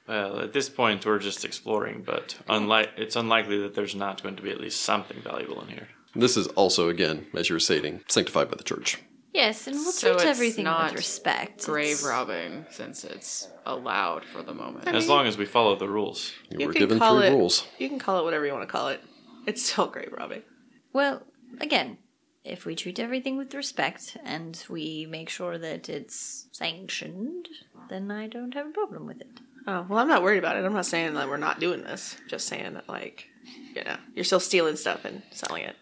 [SPEAKER 3] Well, at this point, we're just exploring, but unlike it's unlikely that there's not going to be at least something valuable in here.
[SPEAKER 1] This is also, again, as you were stating, sanctified by the church.
[SPEAKER 4] Yes, and we'll
[SPEAKER 5] So
[SPEAKER 4] treat
[SPEAKER 5] it's
[SPEAKER 4] everything
[SPEAKER 5] not
[SPEAKER 4] with respect.
[SPEAKER 5] Grave
[SPEAKER 4] It's-
[SPEAKER 5] robbing, since it's allowed for the moment.
[SPEAKER 3] As long as we follow the rules.
[SPEAKER 1] You,
[SPEAKER 2] You
[SPEAKER 1] were
[SPEAKER 2] can
[SPEAKER 1] given
[SPEAKER 2] call
[SPEAKER 1] three
[SPEAKER 2] it-
[SPEAKER 1] rules.
[SPEAKER 2] You can call it whatever you want to call it. It's still grave robbing.
[SPEAKER 4] Well, again, if we treat everything with respect and we make sure that it's sanctioned, then I don't have a problem with it.
[SPEAKER 2] Oh, well, I'm not worried about it. I'm not saying that we're not doing this. Just saying that, like, you know, you're still stealing stuff and selling it.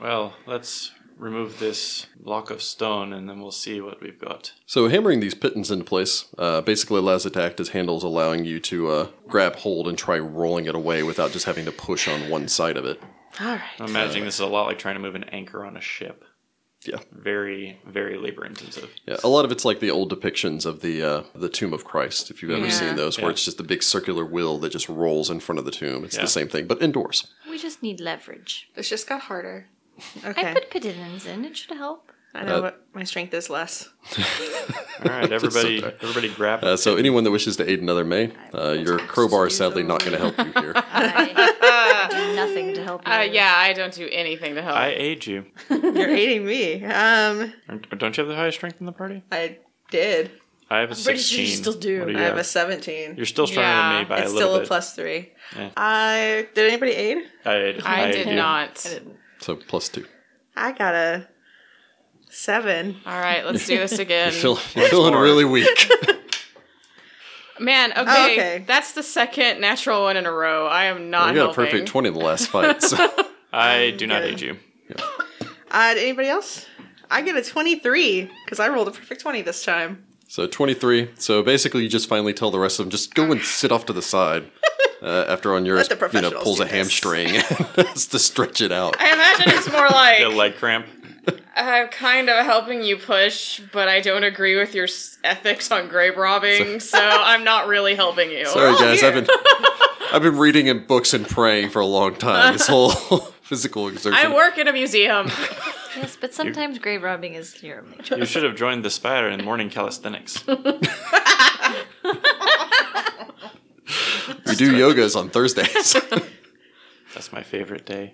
[SPEAKER 3] Well, let's remove this block of stone, and then we'll see what we've got.
[SPEAKER 1] So hammering these pittons into place uh, basically allows it to act as handles, allowing you to uh, grab hold and try rolling it away without just having to push on one side of it.
[SPEAKER 2] All right.
[SPEAKER 3] I'm imagining this is a lot like trying to move an anchor on a ship.
[SPEAKER 1] Yeah,
[SPEAKER 3] Very, very labor intensive.
[SPEAKER 1] yeah. A lot of it's like the old depictions of the uh, the tomb of Christ, if you've ever
[SPEAKER 2] Yeah.
[SPEAKER 1] seen those, where
[SPEAKER 3] Yeah.
[SPEAKER 1] it's just the big circular wheel that just rolls in front of the tomb. It's
[SPEAKER 3] Yeah.
[SPEAKER 1] the same thing, but indoors.
[SPEAKER 4] We just need leverage.
[SPEAKER 2] This just got harder.
[SPEAKER 4] I
[SPEAKER 2] Okay.
[SPEAKER 4] put pittance in, it should help.
[SPEAKER 2] I know,
[SPEAKER 1] Uh,
[SPEAKER 2] but my strength is less.
[SPEAKER 3] All right, everybody,
[SPEAKER 1] tired.
[SPEAKER 3] everybody, grab.
[SPEAKER 1] Uh, so anyone that wishes to aid another may, uh, your crowbar is sadly not going to help you here.
[SPEAKER 4] I do nothing to help you.
[SPEAKER 5] Uh, yeah, I don't do anything to help.
[SPEAKER 3] I aid you.
[SPEAKER 2] You're aiding me. Um,
[SPEAKER 3] Aren't- Don't you have the highest strength in the party?
[SPEAKER 2] I did.
[SPEAKER 3] I have a
[SPEAKER 4] pretty sure
[SPEAKER 3] 16.
[SPEAKER 4] you still do.
[SPEAKER 3] What
[SPEAKER 2] I have
[SPEAKER 3] have?
[SPEAKER 2] a 17.
[SPEAKER 3] You're still stronger
[SPEAKER 5] Yeah,
[SPEAKER 3] than me by
[SPEAKER 2] it's
[SPEAKER 3] a
[SPEAKER 2] still
[SPEAKER 3] little
[SPEAKER 2] a
[SPEAKER 3] bit.
[SPEAKER 2] plus three.
[SPEAKER 3] Yeah.
[SPEAKER 2] I did anybody aid?
[SPEAKER 3] I, aid-
[SPEAKER 5] I
[SPEAKER 3] aid
[SPEAKER 5] did
[SPEAKER 3] you.
[SPEAKER 5] not.
[SPEAKER 1] So plus two.
[SPEAKER 2] I got a seven.
[SPEAKER 5] All right, let's do this again.
[SPEAKER 1] You're, feel, you're feeling
[SPEAKER 3] more.
[SPEAKER 1] really weak.
[SPEAKER 5] Man, okay,
[SPEAKER 2] okay.
[SPEAKER 5] that's the second natural one in a row. I am not.
[SPEAKER 1] you got a
[SPEAKER 5] helping.
[SPEAKER 1] perfect twenty in the last fight. So.
[SPEAKER 3] I do not
[SPEAKER 2] good.
[SPEAKER 3] aid you.
[SPEAKER 2] Uh, did anybody else? I get a 23 because I rolled a perfect 20 this time.
[SPEAKER 1] So 23. So basically, you just finally tell the rest of them just go and sit off to the side. Uh, after on yours,
[SPEAKER 2] Let the
[SPEAKER 1] you know,
[SPEAKER 2] professionals
[SPEAKER 1] pulls
[SPEAKER 2] do
[SPEAKER 1] a
[SPEAKER 2] this.
[SPEAKER 1] hamstring has to stretch it out.
[SPEAKER 5] I imagine it's more
[SPEAKER 3] Get a
[SPEAKER 5] like
[SPEAKER 3] leg cramp.
[SPEAKER 5] I'm kind of helping you push, but I don't agree with your s- ethics on grave robbing, so I'm not really helping you.
[SPEAKER 1] Sorry, guys. I've been I've been reading in books and praying for a long time. This whole physical exertion.
[SPEAKER 5] I work at a museum.
[SPEAKER 4] Yes, but sometimes grave robbing is your only choice.
[SPEAKER 3] You should have joined the Spire in morning calisthenics.
[SPEAKER 1] We do yogas on Thursdays
[SPEAKER 3] That's my favorite day.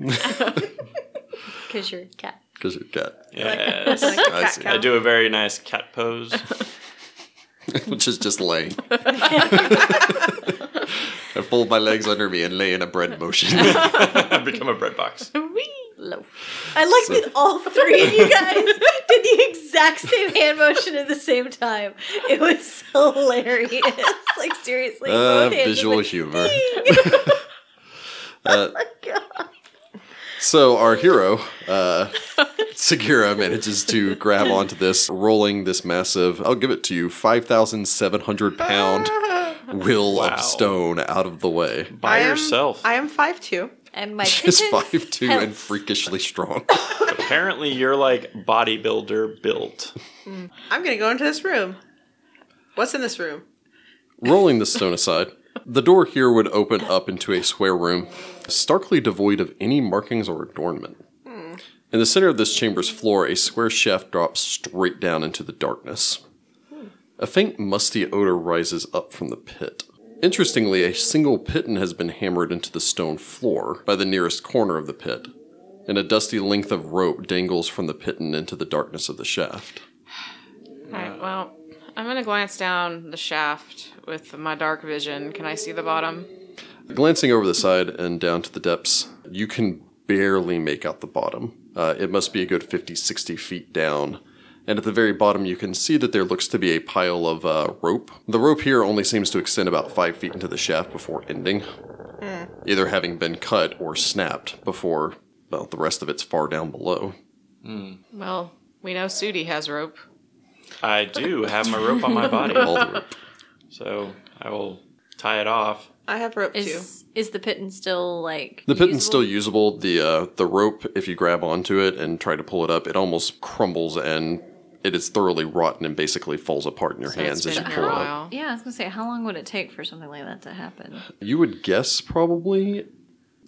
[SPEAKER 4] Because you're a cat.
[SPEAKER 1] because you're cat,
[SPEAKER 3] Yes.
[SPEAKER 1] I
[SPEAKER 2] Cat
[SPEAKER 1] see.
[SPEAKER 2] cow.
[SPEAKER 3] I do a very nice cat pose.
[SPEAKER 1] which is just laying. I fold my legs under me and lay in a bread motion.
[SPEAKER 3] I become a bread box.
[SPEAKER 4] Loaf. I like that all three of you guys did the exact same hand motion at the same time. It was hilarious. Like seriously,
[SPEAKER 1] Uh,
[SPEAKER 4] both hands just
[SPEAKER 1] visual
[SPEAKER 4] like,
[SPEAKER 1] humor.
[SPEAKER 4] "Ding."
[SPEAKER 1] Uh,
[SPEAKER 4] Oh, God.
[SPEAKER 1] So our hero, uh, Segura, manages to grab onto this, rolling this massive, I'll give it to you, 5,700 pound wheel
[SPEAKER 3] Wow.
[SPEAKER 1] of stone out of the way.
[SPEAKER 3] By
[SPEAKER 2] I am-
[SPEAKER 3] yourself.
[SPEAKER 2] I am 5'2.
[SPEAKER 4] And my
[SPEAKER 1] She's
[SPEAKER 4] pigeons
[SPEAKER 1] 5'2
[SPEAKER 4] help.
[SPEAKER 1] and freakishly strong.
[SPEAKER 3] Apparently, you're like bodybuilder built.
[SPEAKER 2] I'm going to go into this room. What's in this room?
[SPEAKER 1] Rolling the stone aside, the door here would open up into a square room, starkly devoid of any markings or adornment. In the center of this chamber's floor, a square shaft drops straight down into the darkness. A faint, musty odor rises up from the pit. Interestingly, a single piton has been hammered into the stone floor by the nearest corner of the pit, and a dusty length of rope dangles from the piton into the darkness of the shaft.
[SPEAKER 5] All right, well, I'm gonna glance down the shaft with my dark vision. Can I see the bottom?
[SPEAKER 1] Glancing over the side and down to the depths, you can barely make out the bottom. Uh, it must be a good 50, 60 feet down. And at the very bottom, you can see that there looks to be a pile of uh, rope. The rope here only seems to extend about five feet into the shaft before ending, either having been cut or snapped before well, the rest of it's far down below.
[SPEAKER 5] Well, we know Sudi has rope.
[SPEAKER 3] I do have my rope on my body,
[SPEAKER 1] All the rope.
[SPEAKER 3] so I will tie it off.
[SPEAKER 2] I have rope too.
[SPEAKER 4] Is is the pitten still like
[SPEAKER 1] The pitton's
[SPEAKER 4] usable?
[SPEAKER 1] still usable. The uh, the rope, if you grab onto it and try to pull it up, it almost crumbles and it is thoroughly rotten and basically falls apart in your
[SPEAKER 5] So it's
[SPEAKER 1] hands as you
[SPEAKER 5] been
[SPEAKER 1] pull
[SPEAKER 5] there
[SPEAKER 1] it
[SPEAKER 5] a
[SPEAKER 1] up.
[SPEAKER 5] while.
[SPEAKER 4] Yeah, I was gonna say, how long would it take for something like that to happen?
[SPEAKER 1] You would guess probably,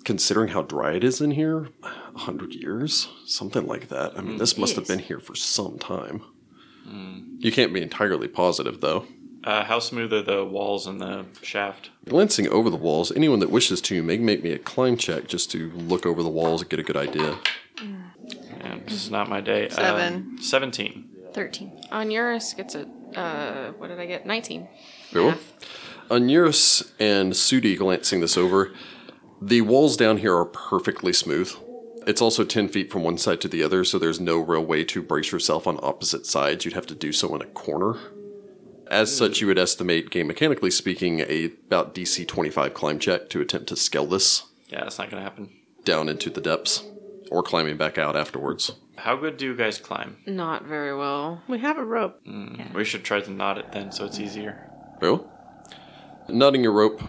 [SPEAKER 1] considering how dry it is in here, a hundred years, something like that. I mean, this must have
[SPEAKER 4] Jeez.
[SPEAKER 1] been here for some time. You can't be entirely positive though.
[SPEAKER 3] Uh, how smooth are the walls and the shaft?
[SPEAKER 1] Glancing over the walls, anyone that wishes to may make me a climb check just to look over the walls and get a good idea.
[SPEAKER 3] Man, this is not my day. Um,
[SPEAKER 2] Seven.
[SPEAKER 3] Seventeen.
[SPEAKER 4] Thirteen.
[SPEAKER 5] On Eurus gets a uh, what did I get? 19.
[SPEAKER 1] Cool. Onuris and Sudi glancing this over, the walls down here are perfectly smooth. It's also 10 feet from one side to the other, so there's no real way to brace yourself on opposite sides. You'd have to do so in a corner. As
[SPEAKER 2] Hmm.
[SPEAKER 1] such, you would estimate, game mechanically speaking, a about DC 25 climb check to attempt to scale this
[SPEAKER 3] Yeah, that's not gonna happen.
[SPEAKER 1] down into the depths or climbing back out afterwards.
[SPEAKER 3] How good do you guys climb?
[SPEAKER 5] Not very well.
[SPEAKER 2] we have a rope.
[SPEAKER 3] We should try to knot it then, so it's easier.
[SPEAKER 1] Well, knotting your rope,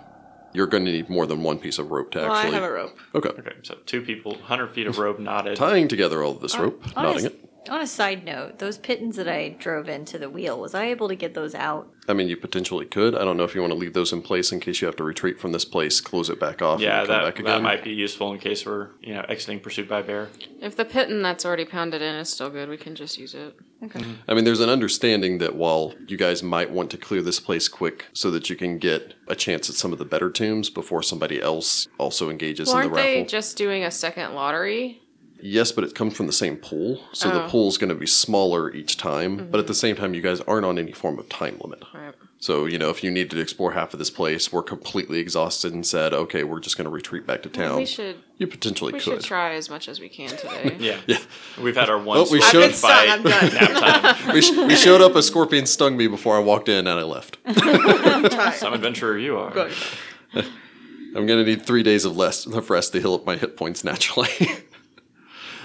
[SPEAKER 1] you're going to need more than one piece of rope to
[SPEAKER 2] Well, I
[SPEAKER 1] actually.
[SPEAKER 2] have a rope.
[SPEAKER 1] Okay.
[SPEAKER 3] Okay, so two people, hundred feet of rope knotted.
[SPEAKER 1] Tying together all of
[SPEAKER 5] Oh,
[SPEAKER 1] this rope,
[SPEAKER 4] On
[SPEAKER 1] knotting
[SPEAKER 4] a,
[SPEAKER 1] it.
[SPEAKER 4] on a side note, those pittons that I drove into the wheel, was I able to get those out?
[SPEAKER 1] I mean, you potentially could. I don't know if you want to leave those in place in case you have to retreat from this place, close it back off,
[SPEAKER 3] Yeah,
[SPEAKER 1] and then come
[SPEAKER 3] that,
[SPEAKER 1] back
[SPEAKER 3] that
[SPEAKER 1] again.
[SPEAKER 3] might be useful in case we're you know exiting pursued by bear.
[SPEAKER 5] If the pitten that's already pounded in is still good, we can just use it.
[SPEAKER 4] Okay.
[SPEAKER 1] I mean, there's an understanding that while you guys might want to clear this place quick so that you can get a chance at some of the better tombs before somebody else also engages
[SPEAKER 5] Well,
[SPEAKER 1] in
[SPEAKER 5] aren't
[SPEAKER 1] the
[SPEAKER 5] they
[SPEAKER 1] raffle.
[SPEAKER 5] just doing a second lottery?
[SPEAKER 1] yes, but it comes from the same pool, so the
[SPEAKER 5] Oh. Mm-hmm.
[SPEAKER 1] pool's going to be smaller each time. But at the same time, you guys aren't on any form of time limit.
[SPEAKER 5] Right.
[SPEAKER 1] So, you know, if you needed to explore half of this place, we're completely exhausted and said, okay, we're just going to retreat back to town.
[SPEAKER 5] We should
[SPEAKER 1] you potentially
[SPEAKER 5] we
[SPEAKER 1] could.
[SPEAKER 5] should try as much as we can today.
[SPEAKER 3] Yeah,
[SPEAKER 1] Yeah.
[SPEAKER 3] we've had our one.
[SPEAKER 1] Oh, we
[SPEAKER 3] sword
[SPEAKER 1] showed- I've been
[SPEAKER 2] stung,
[SPEAKER 3] fight
[SPEAKER 2] I'm done.
[SPEAKER 3] nap time.
[SPEAKER 1] we, sh- we showed up, a scorpion stung me before I walked in, and I left.
[SPEAKER 2] I'm tired.
[SPEAKER 3] Some adventurer you are.
[SPEAKER 2] Going back.
[SPEAKER 1] I'm gonna need three days of rest, of rest to heal up my hit points naturally.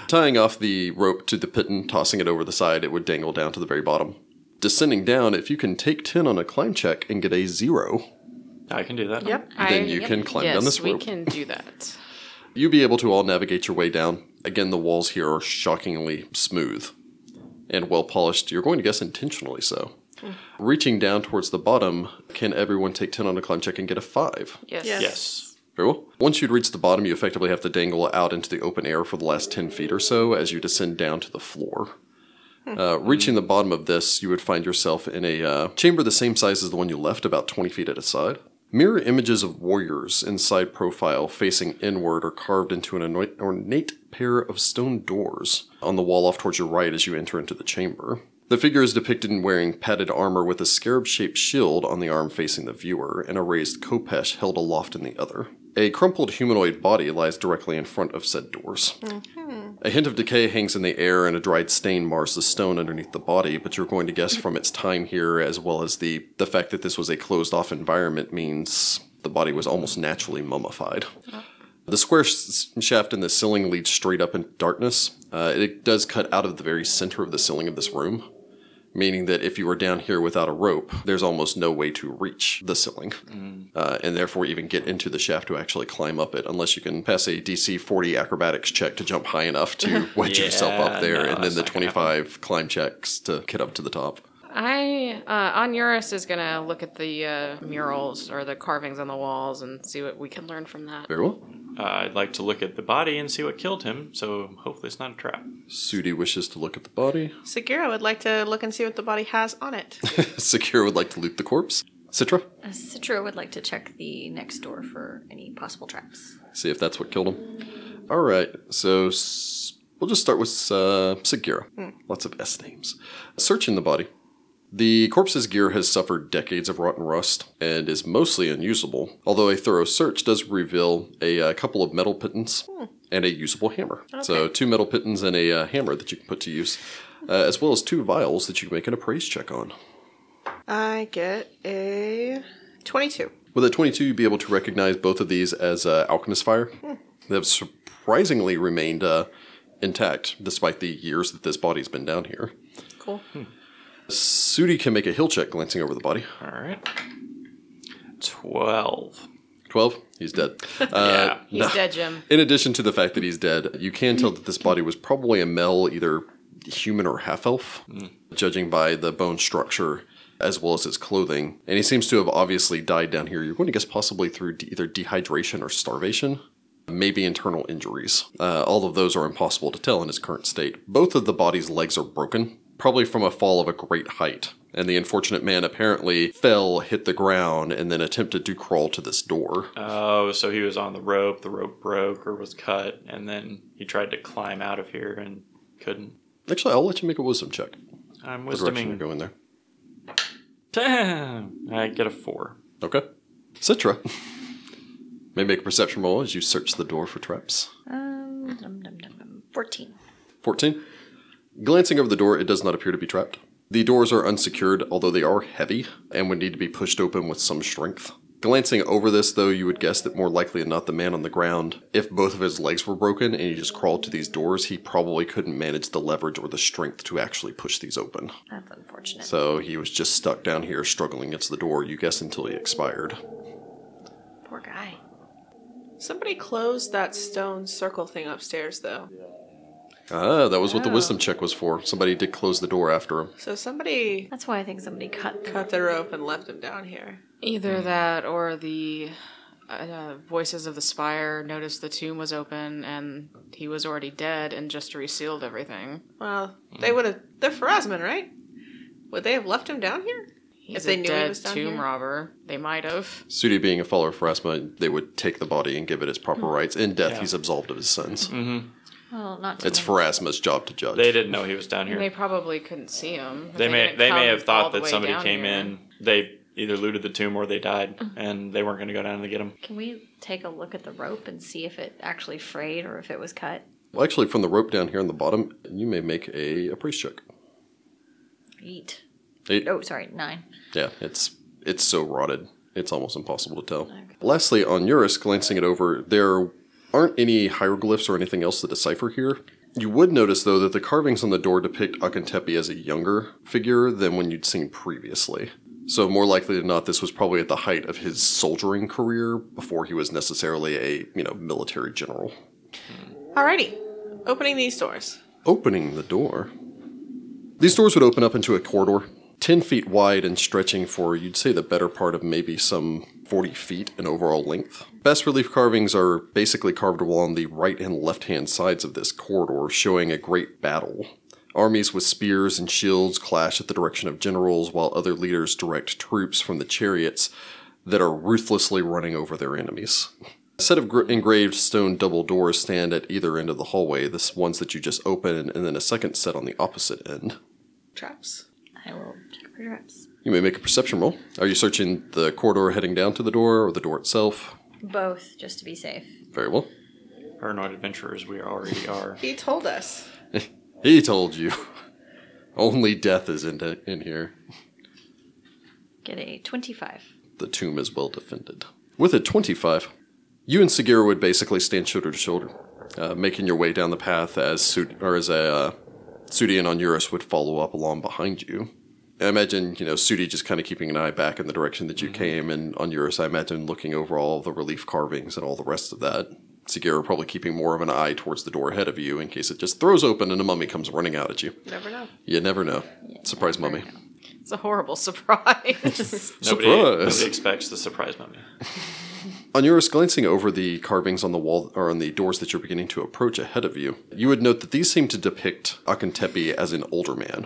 [SPEAKER 1] Tying off the rope to the pitten, tossing it over the side, it would dangle down to the very bottom. Descending down, if you can take 10 on a climb check and get a zero,
[SPEAKER 3] I can do that.
[SPEAKER 2] Yep.
[SPEAKER 1] Then you can climb down this
[SPEAKER 5] we
[SPEAKER 1] rope.
[SPEAKER 5] can do that.
[SPEAKER 1] you'll be able to all navigate your way down. Again, the walls here are shockingly smooth and well polished. You're going to guess intentionally so. Reaching down towards the bottom, can everyone take 10 on a climb check and get a 5?
[SPEAKER 5] Yes.
[SPEAKER 2] Yes.
[SPEAKER 3] Yes.
[SPEAKER 1] Very well. Once you'd reach the bottom, you effectively have to dangle out into the open air for the last 10 feet or so as you descend down to the floor. Uh, reaching the bottom of this, you would find yourself in a uh, chamber the same size as the one you left, about 20 feet at a side. Mirror images of warriors in side profile facing inward are carved into an anno- ornate pair of stone doors on the wall off towards your right as you enter into the chamber. The figure is depicted in wearing padded armor with a scarab shaped shield on the arm facing the viewer and a raised kopesh held aloft in the other. A crumpled humanoid body lies directly in front of said doors. A hint of decay hangs in the air, and a dried stain mars the stone underneath the body. But you're going to guess from its time here, as well as the the fact that this was a closed off environment, means the body was almost naturally mummified. The square s- shaft in the ceiling leads straight up into darkness. Uh, it does cut out of the very center of the ceiling of this room, meaning that if you were down here without a rope, there's almost no way to reach the ceiling,
[SPEAKER 3] Mm.
[SPEAKER 1] uh, and therefore even get into the shaft to actually climb up it, unless you can pass a DC 40 acrobatics check to jump high enough to wedge yourself
[SPEAKER 3] Yeah,
[SPEAKER 1] up there,
[SPEAKER 3] no,
[SPEAKER 1] and then
[SPEAKER 3] that's
[SPEAKER 1] the
[SPEAKER 3] not gonna
[SPEAKER 1] 25 climb checks to get up to the top.
[SPEAKER 5] I uh, Onuris is gonna look at the uh, murals or the carvings on the walls and see what we can learn from that.
[SPEAKER 1] Very well.
[SPEAKER 3] Uh, I'd like to look at the body and see what killed him. So hopefully it's not a trap.
[SPEAKER 1] Sudi wishes to look at the body.
[SPEAKER 2] Sagira would like to look and see what the body has on it.
[SPEAKER 1] Secure would like to loot the corpse. Citra,
[SPEAKER 4] Uh, Citra would like to check the next door for any possible traps.
[SPEAKER 1] see if that's what killed him. All right, so s- we'll just start with uh, Segura. Lots of S names. Searching the body. The corpse's gear has suffered decades of rotten rust and is mostly unusable, although a thorough search does reveal a, uh, couple of metal pittons and a usable hammer. So, two metal pittons and a uh, hammer that you can put to use, uh, as well as two vials that you can make an appraise check on.
[SPEAKER 2] I get a 22.
[SPEAKER 1] With a 22, you'd be able to recognize both of these as uh, alchemist fire. They have surprisingly remained uh, intact despite the years that this body's been down here.
[SPEAKER 2] Cool.
[SPEAKER 1] Sudi can make a hill check glancing over the body.
[SPEAKER 3] All right. 12.
[SPEAKER 1] 12, he's dead. Uh,
[SPEAKER 3] Yeah.
[SPEAKER 5] He's dead, Jim.
[SPEAKER 1] In addition to the fact that he's dead, you can tell that this body was probably a male, either human or half elf, judging by the bone structure as well as his clothing. And he seems to have obviously died down here. You're going to guess possibly through de- either dehydration or starvation, maybe internal injuries. Uh, all of those are impossible to tell in his current state. Both of the body's legs are broken, probably from a fall of a great height. And the unfortunate man apparently fell, hit the ground, and then attempted to crawl to this door.
[SPEAKER 3] Oh, so he was on the rope, the rope broke or was cut, and then he tried to climb out of here and couldn't.
[SPEAKER 1] Actually, I'll let you make a wisdom check.
[SPEAKER 3] I'm
[SPEAKER 1] The direction you're
[SPEAKER 3] wisdoming.
[SPEAKER 1] going there.
[SPEAKER 3] Damn! I get a four.
[SPEAKER 1] Okay. Citra. May make a perception roll as you search the door for traps.
[SPEAKER 4] Um, dum, dum, dum, dum. 14.
[SPEAKER 1] 14. Glancing over the door, it does not appear to be trapped. The doors are unsecured, although they are heavy and would need to be pushed open with some strength. Glancing over this, though, you would guess that more likely than not, the man on the ground, if both of his legs were broken and he just crawled to these doors, he probably couldn't manage the leverage or the strength to actually push these open.
[SPEAKER 4] That's unfortunate.
[SPEAKER 1] So he was just stuck down here, struggling against the door, you guess, until he expired.
[SPEAKER 4] Poor guy.
[SPEAKER 2] Somebody closed that stone circle thing upstairs, though.
[SPEAKER 1] Ah, that was what the wisdom check was for. Somebody did close the door after him.
[SPEAKER 2] So somebody
[SPEAKER 4] That's why I think somebody cut the
[SPEAKER 2] cut the rope and left him down here.
[SPEAKER 1] Hmm.
[SPEAKER 5] Either that or the uh, voices of the spire noticed the tomb was open and he was already dead and just resealed everything.
[SPEAKER 2] Well, they would have. They're Pharasman, right? Would they have left him down here?
[SPEAKER 5] He's
[SPEAKER 2] they
[SPEAKER 5] a
[SPEAKER 2] knew he
[SPEAKER 5] dead
[SPEAKER 2] was down
[SPEAKER 5] tomb
[SPEAKER 2] here?
[SPEAKER 5] robber. They might have.
[SPEAKER 1] Sudi, being a follower of Pharasma, they would take the body and give it its proper rights. In death,
[SPEAKER 3] Yeah.
[SPEAKER 1] he's absolved of his sins.
[SPEAKER 3] Mm-hmm.
[SPEAKER 4] Well, not too
[SPEAKER 1] It's
[SPEAKER 4] many.
[SPEAKER 1] Pharasma's job to judge.
[SPEAKER 3] They didn't know he was down here.
[SPEAKER 5] They probably couldn't see him.
[SPEAKER 3] they may
[SPEAKER 5] didn't
[SPEAKER 3] they
[SPEAKER 5] come
[SPEAKER 3] may have
[SPEAKER 5] all
[SPEAKER 3] thought
[SPEAKER 5] the
[SPEAKER 3] that
[SPEAKER 5] way
[SPEAKER 3] somebody
[SPEAKER 5] down
[SPEAKER 3] came
[SPEAKER 5] here.
[SPEAKER 3] in. They either looted the tomb or they died, and they weren't going to go down to get him.
[SPEAKER 4] Can we take a look at the rope and see if it actually frayed or if it was cut?
[SPEAKER 1] Well, actually, from the rope down here on the bottom, you may make a appraise check.
[SPEAKER 4] Eight.
[SPEAKER 1] Eight.
[SPEAKER 4] Oh, sorry, nine.
[SPEAKER 1] Yeah, it's it's so rotted, it's almost impossible to tell. Lastly, on Eurus, glancing it over, there aren't any hieroglyphs or anything else to decipher here. You would notice, though, that the carvings on the door depict Akentepi as a younger figure than when you'd seen previously. So, more likely than not, this was probably at the height of his soldiering career before he was necessarily a you know military general.
[SPEAKER 2] Alrighty, opening these doors.
[SPEAKER 1] Opening the door. These doors would open up into a corridor, 10 feet wide and stretching for, you'd say, the better part of maybe some 40 feet in overall length. Bas relief carvings are basically carved along the right and left hand sides of this corridor, showing a great battle. Armies with spears and shields clash at the direction of generals, while other leaders direct troops from the chariots that are ruthlessly running over their enemies. A set of gr- engraved stone double doors stand at either end of the hallway, this ones that you just opened, and then a second set on the opposite end.
[SPEAKER 2] Traps.
[SPEAKER 4] I will check for traps.
[SPEAKER 1] You may make a perception roll. Are you searching the corridor heading down to the door or the door itself?
[SPEAKER 4] Both, just to be safe.
[SPEAKER 1] Very well.
[SPEAKER 3] Paranoid adventurers, we already are.
[SPEAKER 2] He told us.
[SPEAKER 1] He told you. Only death is in, in here.
[SPEAKER 4] Get a 25.
[SPEAKER 1] The tomb is well defended. With a 25, you and Segura would basically stand shoulder to shoulder, uh, making your way down the path as Sud- or as a uh, Sudi and Onuris would follow up along behind you. I imagine, you know, Sudi just kind of keeping an eye back in the direction that you came, and Onuris, I imagine, looking over all the relief carvings and all the rest of that. Segura probably keeping more of an eye towards the door ahead of you in case it just throws open and a mummy comes running out at you.
[SPEAKER 2] Never know.
[SPEAKER 1] You never know. Surprise mummy.
[SPEAKER 5] It's a horrible surprise.
[SPEAKER 3] Nobody,
[SPEAKER 1] Surprise.
[SPEAKER 3] nobody expects the surprise mummy.
[SPEAKER 1] On yours, glancing over the carvings on the wall or on the doors that you're beginning to approach ahead of you, you would note that these seem to depict Akentepi as an older man.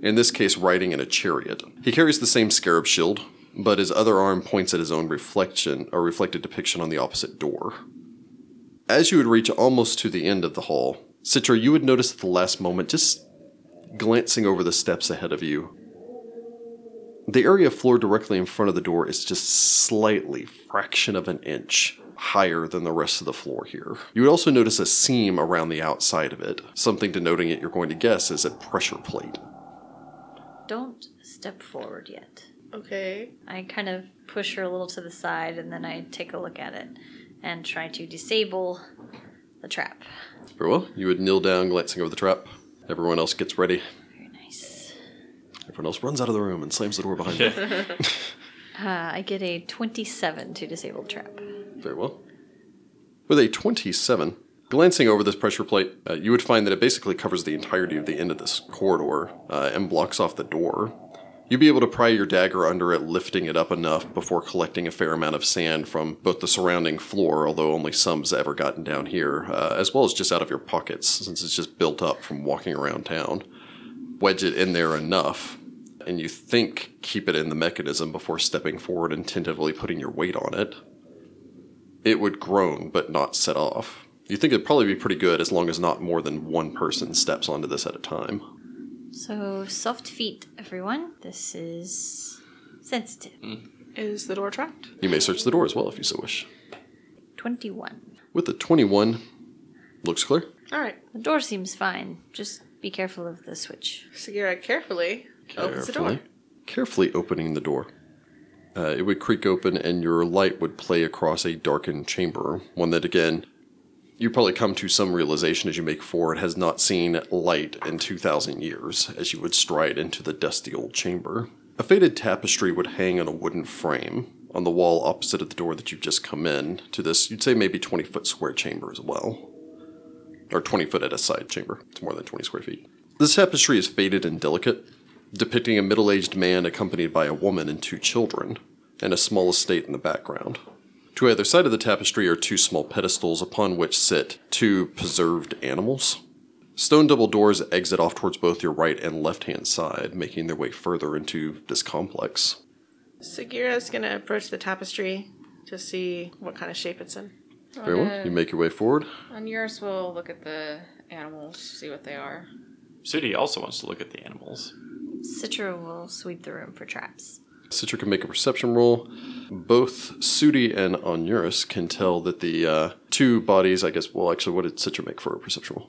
[SPEAKER 1] In this case, riding in a chariot. He carries the same scarab shield, but his other arm points at his own reflection or reflected depiction on the opposite door. As you would reach almost to the end of the hall, Citra, you would notice at the last moment, just glancing over the steps ahead of you, The area floor directly in front of the door is just slightly, fraction of an inch higher than the rest of the floor here. You would also notice a seam around the outside of it. Something denoting it, you're going to guess, is a pressure plate.
[SPEAKER 4] Don't step forward yet.
[SPEAKER 2] Okay.
[SPEAKER 4] I kind of push her a little to the side and then I take a look at it and try to disable the trap.
[SPEAKER 1] Very well. You would kneel down, glancing over the trap. Everyone else gets ready.
[SPEAKER 4] Very nice.
[SPEAKER 1] Everyone else runs out of the room and slams the door behind them.
[SPEAKER 4] Uh, I get a 27 to disable the trap.
[SPEAKER 1] Very well. With a 27, glancing over this pressure plate, uh, you would find that it basically covers the entirety of the end of this corridor uh, and blocks off the door. You'd be able to pry your dagger under it, lifting it up enough before collecting a fair amount of sand from both the surrounding floor, although only some's ever gotten down here, uh, as well as just out of your pockets, since it's just built up from walking around town. Wedge it in there enough, and you think keep it in the mechanism before stepping forward and tentatively putting your weight on it it would groan but not set off. You think it'd probably be pretty good as long as not more than one person steps onto this at a time.
[SPEAKER 4] So, soft feet, everyone. This is sensitive.
[SPEAKER 2] Is the door trapped?
[SPEAKER 1] You may search the door as well if you so wish.
[SPEAKER 4] 21.
[SPEAKER 1] With the 21, looks clear.
[SPEAKER 2] All right.
[SPEAKER 4] The door seems fine. Just be careful of the switch.
[SPEAKER 2] Sagira carefully opens Oh, the door.
[SPEAKER 1] Carefully opening the door. Uh, it would creak open and your light would play across a darkened chamber. One that, again, you probably come to some realization as you make forward has not seen light in 2,000 years as you would stride into the dusty old chamber. A faded tapestry would hang on a wooden frame on the wall opposite of the door that you've just come in to this, you'd say maybe 20 foot square chamber as well. Or 20 foot at a side chamber. It's more than 20 square feet. This tapestry is faded and delicate, depicting a middle aged man accompanied by a woman and two children, and a small estate in the background. To either side of the tapestry are two small pedestals upon which sit two preserved animals. Stone double doors exit off towards both your right and left hand side, making their way further into this complex.
[SPEAKER 2] Sagira's gonna approach the tapestry to see what kind of shape it's in.
[SPEAKER 1] Very well, you make your way forward.
[SPEAKER 5] On yours, we'll look at the animals, see what they are.
[SPEAKER 3] Sudi also wants to look at the animals.
[SPEAKER 4] Citra will sweep the room for traps.
[SPEAKER 1] Citra can make a perception roll. Both Sudi and Onuris can tell that the uh, two bodies, I guess, well, actually, what did Citra make for a perception roll?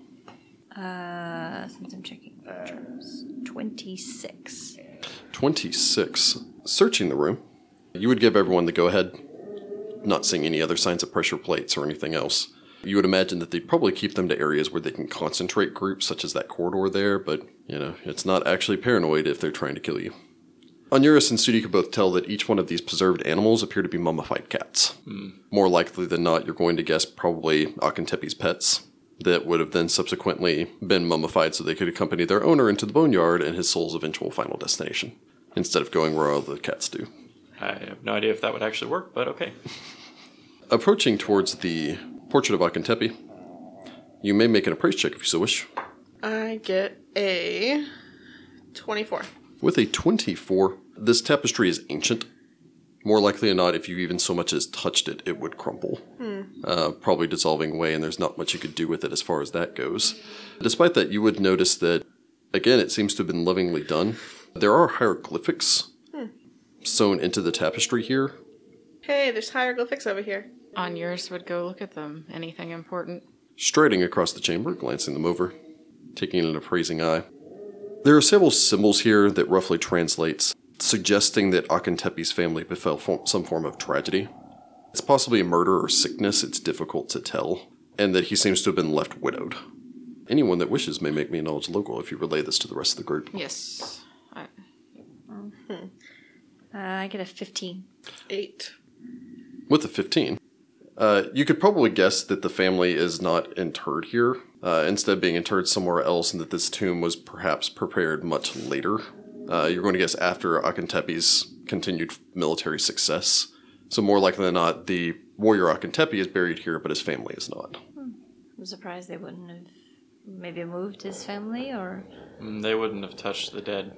[SPEAKER 4] Uh, since I'm checking for traps. 26.
[SPEAKER 1] 26. Searching the room, you would give everyone the go ahead, not seeing any other signs of pressure plates or anything else. You would imagine that they'd probably keep them to areas where they can concentrate groups, such as that corridor there, but, you know, it's not actually paranoid if they're trying to kill you. Onuris and Sudi could both tell that each one of these preserved animals appear to be mummified cats. More likely than not, you're going to guess probably Akintepi's pets that would have then subsequently been mummified so they could accompany their owner into the boneyard and his soul's eventual final destination, instead of going where all the cats do.
[SPEAKER 3] I have no idea if that would actually work, but okay.
[SPEAKER 1] Approaching towards the portrait of Akintepi, you may make an appraise check if you so wish.
[SPEAKER 2] I get a 24.
[SPEAKER 1] With a 24, this tapestry is ancient. More likely than not, if you even so much as touched it, it would crumple. Uh, probably dissolving away, and there's not much you could do with it as far as that goes. Despite that, you would notice that, again, it seems to have been lovingly done. There are hieroglyphics sewn into the tapestry here.
[SPEAKER 2] Hey, there's hieroglyphics over here.
[SPEAKER 5] On yours, would go look at them. Anything important?
[SPEAKER 1] Striding across the chamber, glancing them over, taking an appraising eye. There are several symbols here that roughly translates, suggesting that Akintepi's family befell fo- some form of tragedy. It's possibly a murder or sickness, it's difficult to tell, and that he seems to have been left widowed. Anyone that wishes may make me a knowledge local if you relay this to the rest of the group.
[SPEAKER 5] Yes. I,
[SPEAKER 4] Uh, I get a 15.
[SPEAKER 2] Eight.
[SPEAKER 1] With a 15, uh, you could probably guess that the family is not interred here, uh, instead being interred somewhere else, and that this tomb was perhaps prepared much later. Uh, you're going to guess after Akintepi's continued military success. So, more likely than not, the warrior Akintepi is buried here, but his family is not.
[SPEAKER 4] I'm surprised they wouldn't have maybe moved his family or.
[SPEAKER 3] Mm, They wouldn't have touched the dead.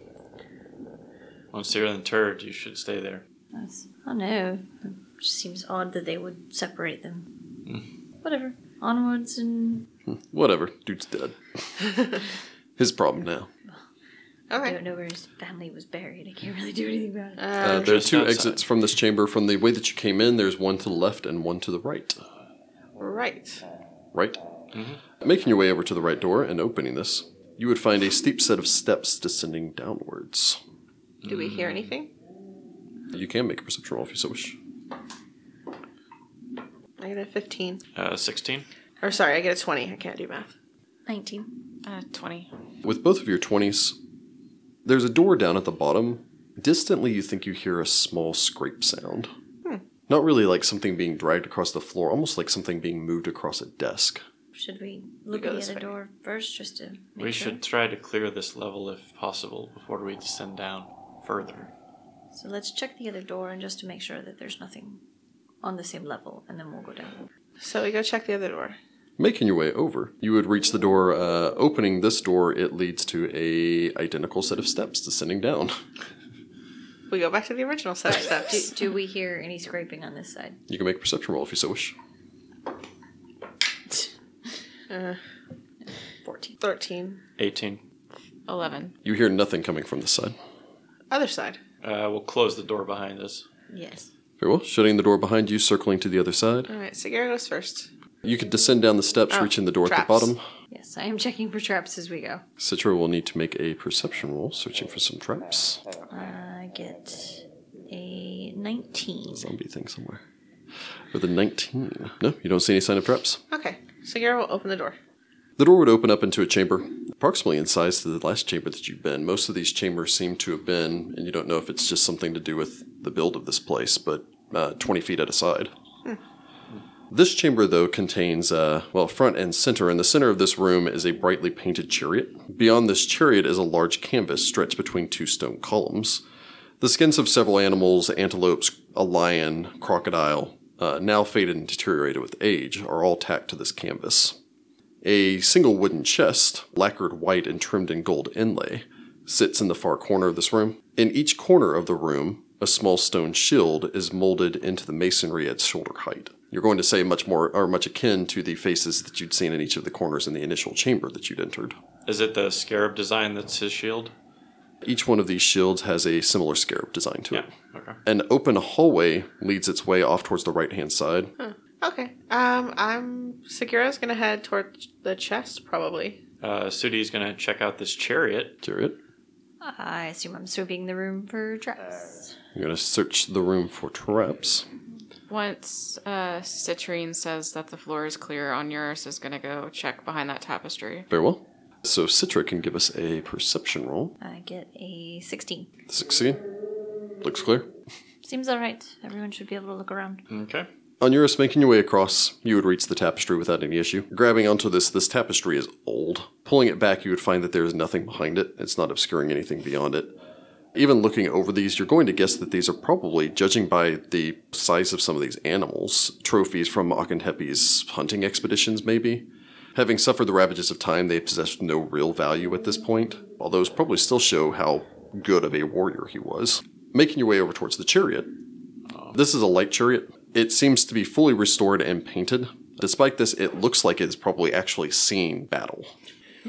[SPEAKER 3] Once you're interred, you should stay there.
[SPEAKER 4] I don't know. Oh, It just seems odd that they would separate them. Whatever. Onwards and
[SPEAKER 1] Whatever, dude's dead. his problem now.
[SPEAKER 4] I
[SPEAKER 2] Okay.
[SPEAKER 4] don't know where his family was buried. I can't really do anything about it.
[SPEAKER 1] Uh,
[SPEAKER 2] Uh,
[SPEAKER 1] there are
[SPEAKER 3] Just
[SPEAKER 1] two
[SPEAKER 3] outside.
[SPEAKER 1] exits from this chamber. From the way that you came in, there's one to the left and one to the right.
[SPEAKER 2] right.
[SPEAKER 1] Right? Making your way over to the right door and opening this, you would find a steep set of steps descending downwards.
[SPEAKER 2] Do we hear anything?
[SPEAKER 1] You can make a perception roll if you so wish.
[SPEAKER 2] I get a 15.
[SPEAKER 3] Uh, 16.
[SPEAKER 2] Or sorry, I get a 20. I can't do math.
[SPEAKER 4] 19.
[SPEAKER 5] Uh, 20.
[SPEAKER 1] With both of your 20s, there's a door down at the bottom. Distantly, you think you hear a small scrape sound. Not really like something being dragged across the floor, almost like something being moved across a desk.
[SPEAKER 4] Should we look
[SPEAKER 2] go
[SPEAKER 4] at the
[SPEAKER 2] this
[SPEAKER 4] other
[SPEAKER 2] way.
[SPEAKER 4] door first just to make
[SPEAKER 3] we
[SPEAKER 4] sure?
[SPEAKER 3] should try to clear this level if possible before we descend down further.
[SPEAKER 4] So let's check the other door and just to make sure that there's nothing on the same level and then we'll go down.
[SPEAKER 2] So we go check the other door.
[SPEAKER 1] Making your way over, you would reach the door. Uh, opening this door, it leads to a identical set of steps descending down.
[SPEAKER 2] We go back to the original set of
[SPEAKER 4] Do,
[SPEAKER 2] steps.
[SPEAKER 4] do we hear any scraping on this side?
[SPEAKER 1] You can make a perception roll if you so wish.
[SPEAKER 2] Uh,
[SPEAKER 4] 14.
[SPEAKER 2] 13.
[SPEAKER 3] 18.
[SPEAKER 5] 11.
[SPEAKER 1] You hear nothing coming from this side.
[SPEAKER 2] Other side.
[SPEAKER 3] Uh, we'll close the door behind us.
[SPEAKER 4] Yes.
[SPEAKER 1] Very well. Shutting the door behind you, circling to the other side.
[SPEAKER 2] All right, so Gary goes first.
[SPEAKER 1] You could descend down the steps,
[SPEAKER 2] Oh,
[SPEAKER 1] reaching the door at
[SPEAKER 2] traps.
[SPEAKER 1] the bottom.
[SPEAKER 4] Yes, I am checking for traps as we go.
[SPEAKER 1] Citra will need to make a perception roll, searching for some traps.
[SPEAKER 4] I get a 19.
[SPEAKER 1] Zombie thing somewhere. With a 19. No, you don't see any sign of traps.
[SPEAKER 2] Okay, so Gary will open the door.
[SPEAKER 1] The door would open up into a chamber, approximately in size to the last chamber that you've been. Most of these chambers seem to have been, and you don't know if it's just something to do with the build of this place, but uh, 20 feet at a side. This chamber, though, contains, uh, well, front and center. In the center of this room is a brightly painted chariot. Beyond this chariot is a large canvas stretched between two stone columns. The skins of several animals, antelopes, a lion, crocodile, uh, now faded and deteriorated with age, are all tacked to this canvas. A single wooden chest, lacquered white and trimmed in gold inlay, sits in the far corner of this room. In each corner of the room, a small stone shield is molded into the masonry at shoulder height. You're going to say much more, or much akin to the faces that you'd seen in each of the corners in the initial chamber that you'd entered.
[SPEAKER 3] Is it the scarab design that's his shield?
[SPEAKER 1] Each one of these shields has a similar scarab design to
[SPEAKER 3] Yeah.
[SPEAKER 1] it.
[SPEAKER 3] Okay.
[SPEAKER 1] An open hallway leads its way off towards the right hand side.
[SPEAKER 2] Okay, um, I'm. Segura's gonna head toward the chest, probably.
[SPEAKER 3] Uh, Sudi's gonna check out this chariot.
[SPEAKER 1] Chariot,
[SPEAKER 4] I assume I'm sweeping the room for traps.
[SPEAKER 1] you're going to search the room for traps.
[SPEAKER 5] Once uh, Citrine says that the floor is clear, Onuris is going to go check behind that tapestry.
[SPEAKER 1] Very well. So Citra can give us a perception roll.
[SPEAKER 4] I get a 16.
[SPEAKER 1] Succeed. Looks clear.
[SPEAKER 4] Seems alright. Everyone should be able to look around.
[SPEAKER 3] Okay.
[SPEAKER 1] On Eurus, making your way across, you would reach the tapestry without any issue. Grabbing onto this, this tapestry is old. Pulling it back, you would find that there is nothing behind it. It's not obscuring anything beyond it. Even looking over these, you're going to guess that these are probably, judging by the size of some of these animals, trophies from Akhentepe's hunting expeditions, maybe. Having suffered the ravages of time, they possessed no real value at this point, although those probably still show how good of a warrior he was. Making your way over towards the chariot, this is a light chariot. It seems to be fully restored and painted. Despite this, it looks like it's probably actually seen battle.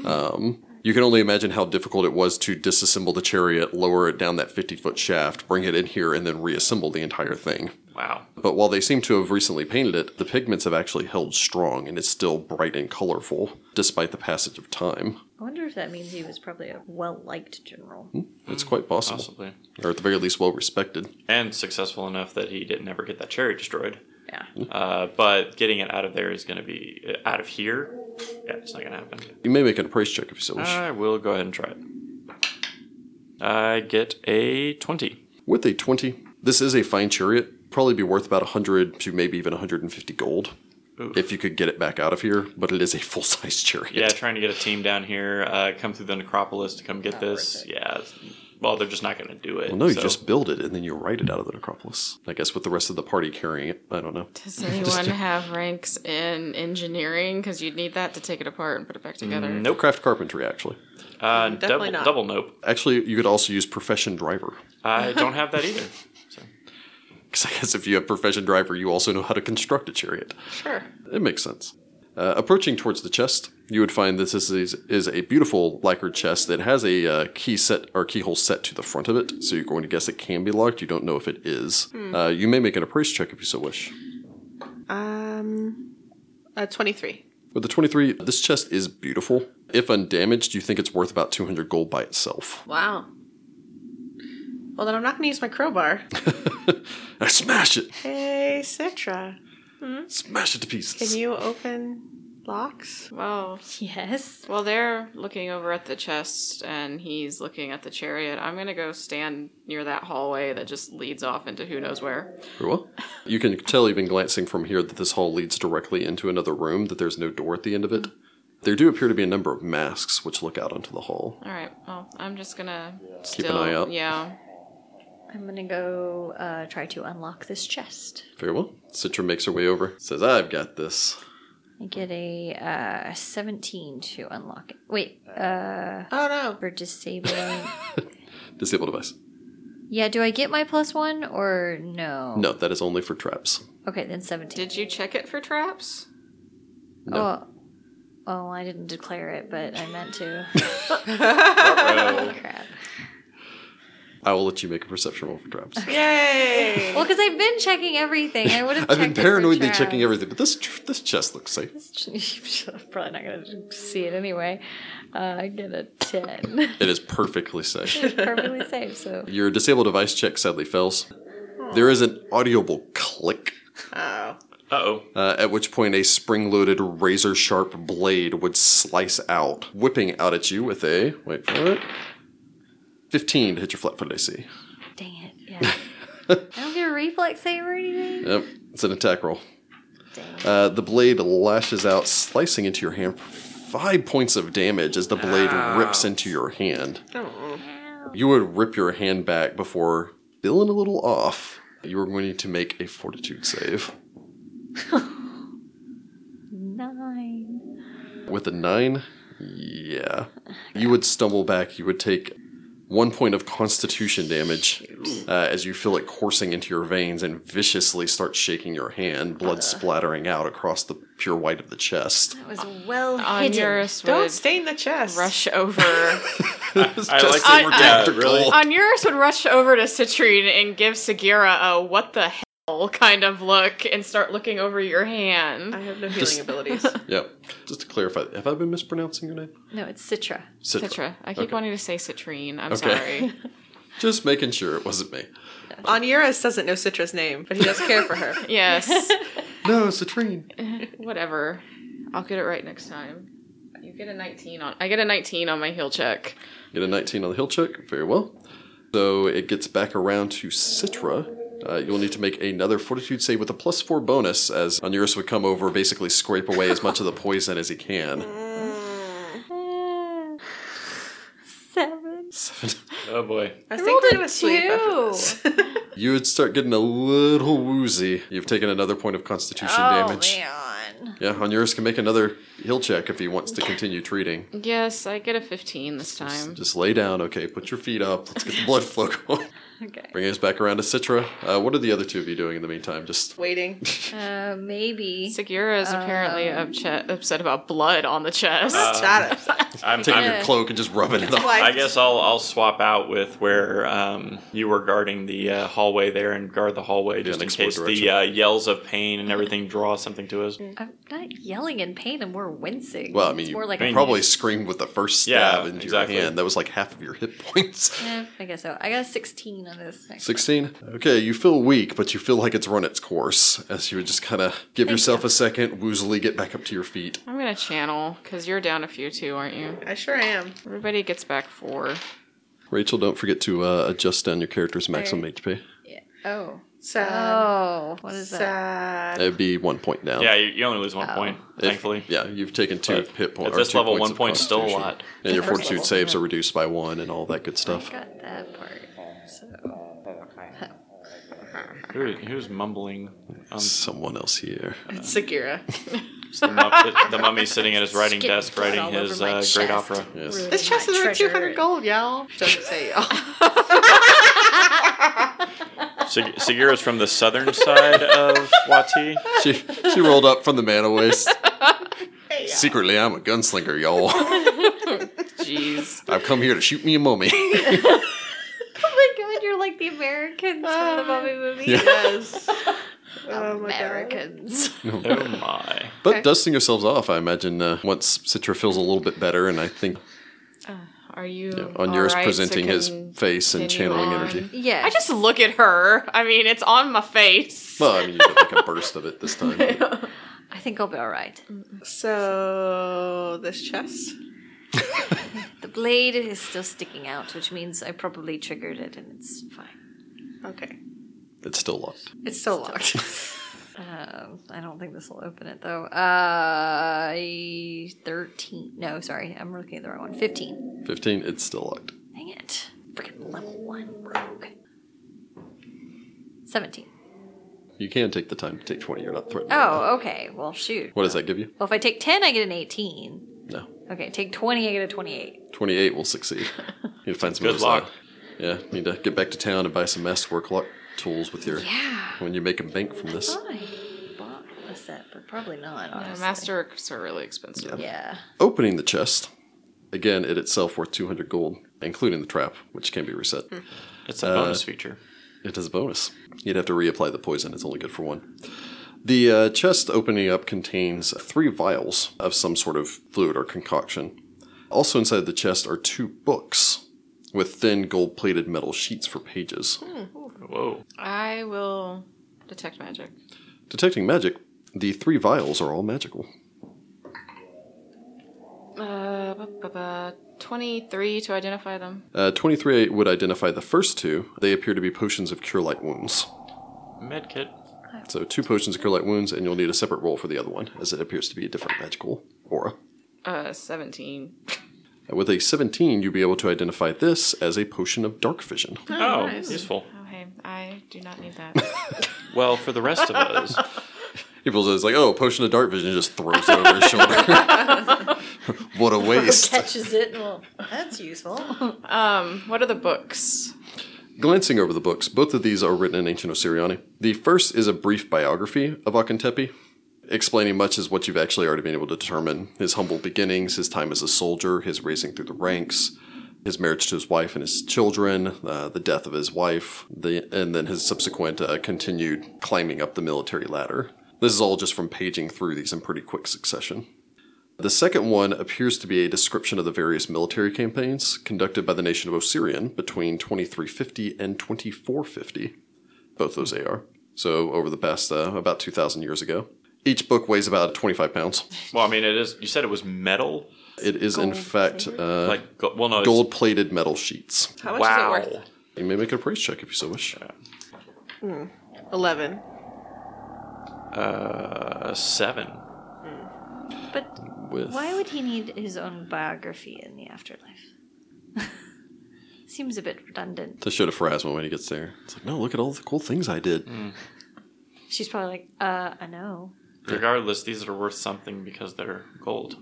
[SPEAKER 1] Um, you can only imagine how difficult it was to disassemble the chariot, lower it down that 50 foot shaft, bring it in here, and then reassemble the entire thing.
[SPEAKER 3] Wow.
[SPEAKER 1] But while they seem to have recently painted it, the pigments have actually held strong and it's still bright and colorful, despite the passage of time.
[SPEAKER 4] I wonder if that means he was probably a well liked general.
[SPEAKER 1] It's quite possible.
[SPEAKER 3] Possibly.
[SPEAKER 1] Or at the very least, well respected.
[SPEAKER 3] And successful enough that he didn't ever get that chariot destroyed.
[SPEAKER 4] Yeah.
[SPEAKER 3] Uh, but getting it out of there is gonna be uh, out of here. Yeah, it's not gonna happen.
[SPEAKER 1] You may make an appraise check if you so wish.
[SPEAKER 3] I will go ahead and try it. I get a 20.
[SPEAKER 1] With a 20, this is a fine chariot. Probably be worth about 100 to maybe even 150 gold
[SPEAKER 3] Oof.
[SPEAKER 1] if you could get it back out of here, but it is a full size chariot.
[SPEAKER 3] Yeah, trying to get a team down here, uh, come through the necropolis to come get this. Yeah. it's- Well, they're just not going to do it.
[SPEAKER 1] Well, no, you
[SPEAKER 3] so-
[SPEAKER 1] just build it and then you ride it out of the necropolis. I guess with the rest of the party carrying it, I don't know.
[SPEAKER 5] Does anyone have ranks in engineering? Because you'd need that to take it apart and put it back together.
[SPEAKER 1] No craft carpentry, actually.
[SPEAKER 3] uh, double,
[SPEAKER 2] Definitely not.
[SPEAKER 3] double nope.
[SPEAKER 1] Actually, you could also use profession driver.
[SPEAKER 3] I don't have that either. So,
[SPEAKER 1] Because I guess if you have profession driver, you also know how to construct a chariot.
[SPEAKER 2] Sure.
[SPEAKER 1] It makes sense. Uh, approaching towards the chest, you would find that this is, is a beautiful lacquered chest that has a uh, key set or keyhole set to the front of it. So you're going to guess it can be locked. You don't know if it is.
[SPEAKER 2] Hmm.
[SPEAKER 1] Uh, you may make an appraise check if you so wish.
[SPEAKER 2] Um, uh, 23.
[SPEAKER 1] With the 23, this chest is beautiful. If undamaged, you think it's worth about 200 gold by itself.
[SPEAKER 2] Wow. Well, then I'm not going to use my crowbar.
[SPEAKER 1] Now smash it!
[SPEAKER 2] hey, Citra,
[SPEAKER 1] Smash it to pieces.
[SPEAKER 2] can you open locks?
[SPEAKER 5] Well,
[SPEAKER 4] Yes.
[SPEAKER 5] while they're looking over at the chest and he's looking at the chariot, I'm gonna go stand near that hallway that just leads off into who knows where.
[SPEAKER 1] Very well. You can tell, even glancing from here, that this hall leads directly into another room, that there's no door at the end of it. There do appear to be a number of masks which look out onto the hall.
[SPEAKER 5] All right. Well, I'm just gonna
[SPEAKER 1] Keep
[SPEAKER 5] still,
[SPEAKER 1] an eye out.
[SPEAKER 5] Yeah.
[SPEAKER 4] I'm gonna go uh, try to unlock this chest.
[SPEAKER 1] Very well. Citra makes her way over, says, I've got this.
[SPEAKER 4] I get a uh, 17 to unlock it. Wait, uh,
[SPEAKER 2] Oh, no.
[SPEAKER 4] for disabling.
[SPEAKER 1] Disable device.
[SPEAKER 4] yeah, do I get my plus one or no?
[SPEAKER 1] No, that is only for traps.
[SPEAKER 4] Okay, then 17.
[SPEAKER 5] Did you check it for traps?
[SPEAKER 1] No.
[SPEAKER 4] Oh, oh, I didn't declare it, but I meant to.
[SPEAKER 3] Oh,
[SPEAKER 4] Crap.
[SPEAKER 1] I will let you make a perception roll for traps.
[SPEAKER 2] Yay!
[SPEAKER 4] Well, because I've been checking everything. I would have.
[SPEAKER 1] I've been
[SPEAKER 4] checked it for
[SPEAKER 1] paranoidly
[SPEAKER 4] traps.
[SPEAKER 1] checking everything, but this tr- this chest looks safe.
[SPEAKER 4] Probably not gonna see it anyway. Uh, I get a ten.
[SPEAKER 1] It is perfectly safe.
[SPEAKER 4] Perfectly safe. So
[SPEAKER 1] Your disable device check sadly fails. There is an audible click,
[SPEAKER 2] Oh.
[SPEAKER 3] Uh-oh.
[SPEAKER 1] uh, at which point a spring loaded razor sharp blade would slice out, whipping out at you with a. Wait for it. 15 to hit your flat foot AC.
[SPEAKER 4] dang it. Yeah. I don't get a reflex save or anything.
[SPEAKER 1] Yep, it's an attack roll.
[SPEAKER 4] Dang.
[SPEAKER 1] Uh, the blade lashes out, slicing into your hand for five points of damage as the blade rips into your hand. You would rip your hand back before feeling a little off. You are going to make a fortitude save.
[SPEAKER 4] Nine.
[SPEAKER 1] With a nine, yeah. You would stumble back. You would take one point of constitution damage uh, as you feel it coursing into your veins and viciously start shaking your hand, blood splattering out across the pure white of the chest.
[SPEAKER 4] That was well hidden.
[SPEAKER 5] Onuris
[SPEAKER 2] Oh, Don't
[SPEAKER 5] would
[SPEAKER 2] stain the chest.
[SPEAKER 5] rush over.
[SPEAKER 1] This
[SPEAKER 3] I like
[SPEAKER 1] chest
[SPEAKER 3] that-
[SPEAKER 1] is
[SPEAKER 3] yeah,
[SPEAKER 1] tactical.
[SPEAKER 3] really.
[SPEAKER 5] Onuris would rush over to Citrine and give Sagira a what the hell kind of look and start looking over your
[SPEAKER 2] I
[SPEAKER 5] hand.
[SPEAKER 2] have no healing abilities.
[SPEAKER 1] Yep. Just to clarify, have I been mispronouncing your name?
[SPEAKER 4] No, it's Citra.
[SPEAKER 1] Citra.
[SPEAKER 5] Citra. I keep
[SPEAKER 1] Okay.
[SPEAKER 5] wanting to say Citrine. I'm
[SPEAKER 1] Okay.
[SPEAKER 5] sorry.
[SPEAKER 1] Just making sure it wasn't me.
[SPEAKER 2] Onuris doesn't know Citra's name, but he does care for her.
[SPEAKER 5] Yes.
[SPEAKER 1] No, Citrine.
[SPEAKER 5] Whatever. I'll get it right next time. You get a 19 on. I get a 19 on my heel check.
[SPEAKER 1] Get a 19 on the hill check. Very well. So it gets back around to Citra. Uh, you'll need to make another fortitude save with a plus four bonus as Onuris would come over, basically scrape away as much of the poison as he can.
[SPEAKER 4] Uh, Seven.
[SPEAKER 3] Oh boy.
[SPEAKER 2] I was
[SPEAKER 4] rolled
[SPEAKER 2] thinking
[SPEAKER 4] a
[SPEAKER 2] of asleep after this.
[SPEAKER 1] You would start getting a little woozy. You've taken another point of constitution damage.
[SPEAKER 4] Oh, man.
[SPEAKER 1] Yeah, Onuris can make another hill check if he wants to continue treating.
[SPEAKER 5] Yes, I get a 15 this time.
[SPEAKER 1] Just lay down, okay? Put your feet up. Let's get the blood flow going.
[SPEAKER 4] Okay.
[SPEAKER 1] Bringing us back around to Citra. Uh, what are the other two of you doing in the meantime? Just
[SPEAKER 2] Waiting.
[SPEAKER 4] Uh, maybe.
[SPEAKER 5] Sagira is apparently upche- upset about blood on the chest.
[SPEAKER 1] Uh.
[SPEAKER 2] Shut up.
[SPEAKER 3] I'm,
[SPEAKER 1] taking
[SPEAKER 3] I'm-
[SPEAKER 1] your cloak and just rubbing it off.
[SPEAKER 2] Why?
[SPEAKER 3] Um, I guess I'll I'll swap out with where um, you were guarding the uh, hallway there and guard the hallway just
[SPEAKER 1] and
[SPEAKER 3] in
[SPEAKER 1] explore
[SPEAKER 3] case
[SPEAKER 1] direction.
[SPEAKER 3] the uh, yells of pain and everything draw something to us.
[SPEAKER 2] Mm-hmm.
[SPEAKER 4] I'm not yelling in pain. I'm more wincing.
[SPEAKER 1] Well, I mean,
[SPEAKER 4] it's
[SPEAKER 1] you
[SPEAKER 4] more like
[SPEAKER 3] I
[SPEAKER 4] a
[SPEAKER 3] mean,
[SPEAKER 1] probably screamed with the first stab
[SPEAKER 3] Yeah,
[SPEAKER 1] into
[SPEAKER 3] exactly.
[SPEAKER 1] your hand. That was like half of your hit points.
[SPEAKER 4] Eh, I guess so. I got a 16 on this. Next
[SPEAKER 1] 16. Okay, you feel weak, but you feel like it's run its course as you would just kind of give yourself a second, woozily get back up to your feet.
[SPEAKER 5] I'm gonna channel because you're down a few too, aren't you?
[SPEAKER 2] I sure am.
[SPEAKER 5] Everybody gets back four.
[SPEAKER 1] Rachel, don't forget to uh, adjust down your character's maximum HP.
[SPEAKER 4] Oh.
[SPEAKER 2] Sad.
[SPEAKER 4] Oh. What is that?
[SPEAKER 2] Sad.
[SPEAKER 1] It'd be one point down.
[SPEAKER 3] Yeah, you, you only lose
[SPEAKER 2] Oh.
[SPEAKER 3] one point,
[SPEAKER 1] If-
[SPEAKER 3] thankfully.
[SPEAKER 1] Yeah, you've taken two
[SPEAKER 3] But
[SPEAKER 1] hit points.
[SPEAKER 3] At this level, one point's still a lot.
[SPEAKER 1] And your
[SPEAKER 4] First
[SPEAKER 1] fortitude
[SPEAKER 4] level,
[SPEAKER 1] saves
[SPEAKER 4] yeah.
[SPEAKER 1] are reduced by one and all that good stuff.
[SPEAKER 4] Got that part. So.
[SPEAKER 3] Who, who's mumbling? Um,
[SPEAKER 1] Someone else here.
[SPEAKER 2] It's Sagira.
[SPEAKER 3] the, mu- the mummy's sitting at his writing
[SPEAKER 4] Getting
[SPEAKER 3] desk
[SPEAKER 4] blood all
[SPEAKER 3] writing
[SPEAKER 4] over
[SPEAKER 3] his
[SPEAKER 4] my
[SPEAKER 3] uh,
[SPEAKER 4] chest.
[SPEAKER 3] great opera.
[SPEAKER 1] Yes.
[SPEAKER 2] This chest is worth
[SPEAKER 4] Treasure.
[SPEAKER 2] 200 gold, y'all. Doesn't say y'all.
[SPEAKER 3] Sig- Sigira's from the southern side of Wati.
[SPEAKER 1] she she rolled up from the mana waste. Secretly, I'm a gunslinger, y'all.
[SPEAKER 5] Jeez.
[SPEAKER 1] I've come here to shoot me a mummy.
[SPEAKER 4] Oh my god, you're like the Americans from the Mummy movie.
[SPEAKER 1] Yeah.
[SPEAKER 2] Yes. oh my god.
[SPEAKER 4] Americans.
[SPEAKER 3] Oh my.
[SPEAKER 1] But dusting yourselves off, I imagine, uh, once Citra feels a little bit better, and I think
[SPEAKER 5] Are you
[SPEAKER 1] you know, on
[SPEAKER 5] all
[SPEAKER 1] yours
[SPEAKER 5] right to
[SPEAKER 1] presenting his
[SPEAKER 5] con-
[SPEAKER 1] face and
[SPEAKER 5] continue
[SPEAKER 1] channeling
[SPEAKER 5] on?
[SPEAKER 1] energy.
[SPEAKER 4] Yeah.
[SPEAKER 5] I just look at her. I mean, it's on my face.
[SPEAKER 1] Well, I mean, you did like a burst of it this time.
[SPEAKER 4] I think I'll be alright.
[SPEAKER 2] So this chest.
[SPEAKER 4] The blade is still sticking out, which means I probably triggered it and it's fine.
[SPEAKER 2] Okay.
[SPEAKER 1] It's still locked.
[SPEAKER 2] It's still locked.
[SPEAKER 4] Um, I don't think this will open it though. Uh, I- 13. No, sorry. I'm looking at the wrong one. 15.
[SPEAKER 1] 15, it's still locked.
[SPEAKER 4] Dang it. Freaking level 1 rogue. 17.
[SPEAKER 1] You can take the time to take 20. You're not threatened. right now.
[SPEAKER 4] Oh, okay. Well, shoot.
[SPEAKER 1] What does that give you?
[SPEAKER 4] Well, if I take 10, I get an 18.
[SPEAKER 1] No.
[SPEAKER 4] Okay, take 20, I get a 28.
[SPEAKER 1] 28 will succeed. You need to find some
[SPEAKER 3] Good
[SPEAKER 1] other
[SPEAKER 3] luck.
[SPEAKER 1] side. Yeah, need to get back to town and buy some masterwork lock tools with your.
[SPEAKER 4] Yeah.
[SPEAKER 1] When you make a bank from this.
[SPEAKER 4] I bought a set, but probably not.
[SPEAKER 5] Yeah,
[SPEAKER 4] honestly.
[SPEAKER 5] master works are really expensive.
[SPEAKER 4] Yeah.
[SPEAKER 1] Opening the chest, again, it itself worth 200 gold, including the trap, which can be reset.
[SPEAKER 3] It's a
[SPEAKER 1] Uh,
[SPEAKER 3] bonus feature.
[SPEAKER 1] It is a bonus. You'd have to reapply the poison. It's only good for one. The uh, chest opening up contains three vials of some sort of fluid or concoction. Also inside the chest are two books with thin gold plated metal sheets for pages.
[SPEAKER 3] Whoa.
[SPEAKER 5] I will detect magic.
[SPEAKER 1] Detecting magic, the three vials are all magical.
[SPEAKER 5] Uh, ba- ba- ba, 23 to identify them.
[SPEAKER 1] Uh, 23 would identify the first two. They appear to be potions of cure light wounds.
[SPEAKER 3] Medkit.
[SPEAKER 1] So, two potions of cure light wounds, and you'll need a separate roll for the other one, as it appears to be a different magical aura.
[SPEAKER 5] Uh, 17.
[SPEAKER 1] With a 17, you'll be able to identify this as a potion of dark vision.
[SPEAKER 3] Oh, useful.
[SPEAKER 5] Okay, Oh, I do not need that.
[SPEAKER 3] Well, for the rest of us,
[SPEAKER 1] People just like, oh, potion of dark vision, just throws it over his shoulder. what a waste.
[SPEAKER 4] Catches it. Well, that's useful.
[SPEAKER 5] um, what are the books?
[SPEAKER 1] Glancing over the books, both of these are written in ancient Osiriani. The first is a brief biography of Akintepe, explaining much as what you've actually already been able to determine his humble beginnings, his time as a soldier, his raising through the ranks, his marriage to his wife and his children, uh, the death of his wife, the, and then his subsequent uh, continued climbing up the military ladder. This is all just from paging through these in pretty quick succession. The second one appears to be a description of the various military campaigns conducted by the nation of Osirian between 2350 and 2450. Both those AR. So over the past uh, about 2,000 years ago. Each book weighs about 25 pounds.
[SPEAKER 3] well, I mean, it is. You said it was metal,
[SPEAKER 1] It is, in fact, uh,
[SPEAKER 3] like go- well, no, it's-
[SPEAKER 1] gold plated metal sheets.
[SPEAKER 2] How much
[SPEAKER 3] wow.
[SPEAKER 2] is it worth?
[SPEAKER 1] You may make a price check if you so wish.
[SPEAKER 2] Eleven.
[SPEAKER 3] Uh, seven.
[SPEAKER 4] But
[SPEAKER 1] With
[SPEAKER 4] why would he need his own biography in the afterlife? Seems a bit redundant.
[SPEAKER 1] to show to Phrasma when he gets there. It's like, no, look at all the cool things I did.
[SPEAKER 4] She's probably like, uh, I know.
[SPEAKER 3] Regardless, these are worth something because they're gold.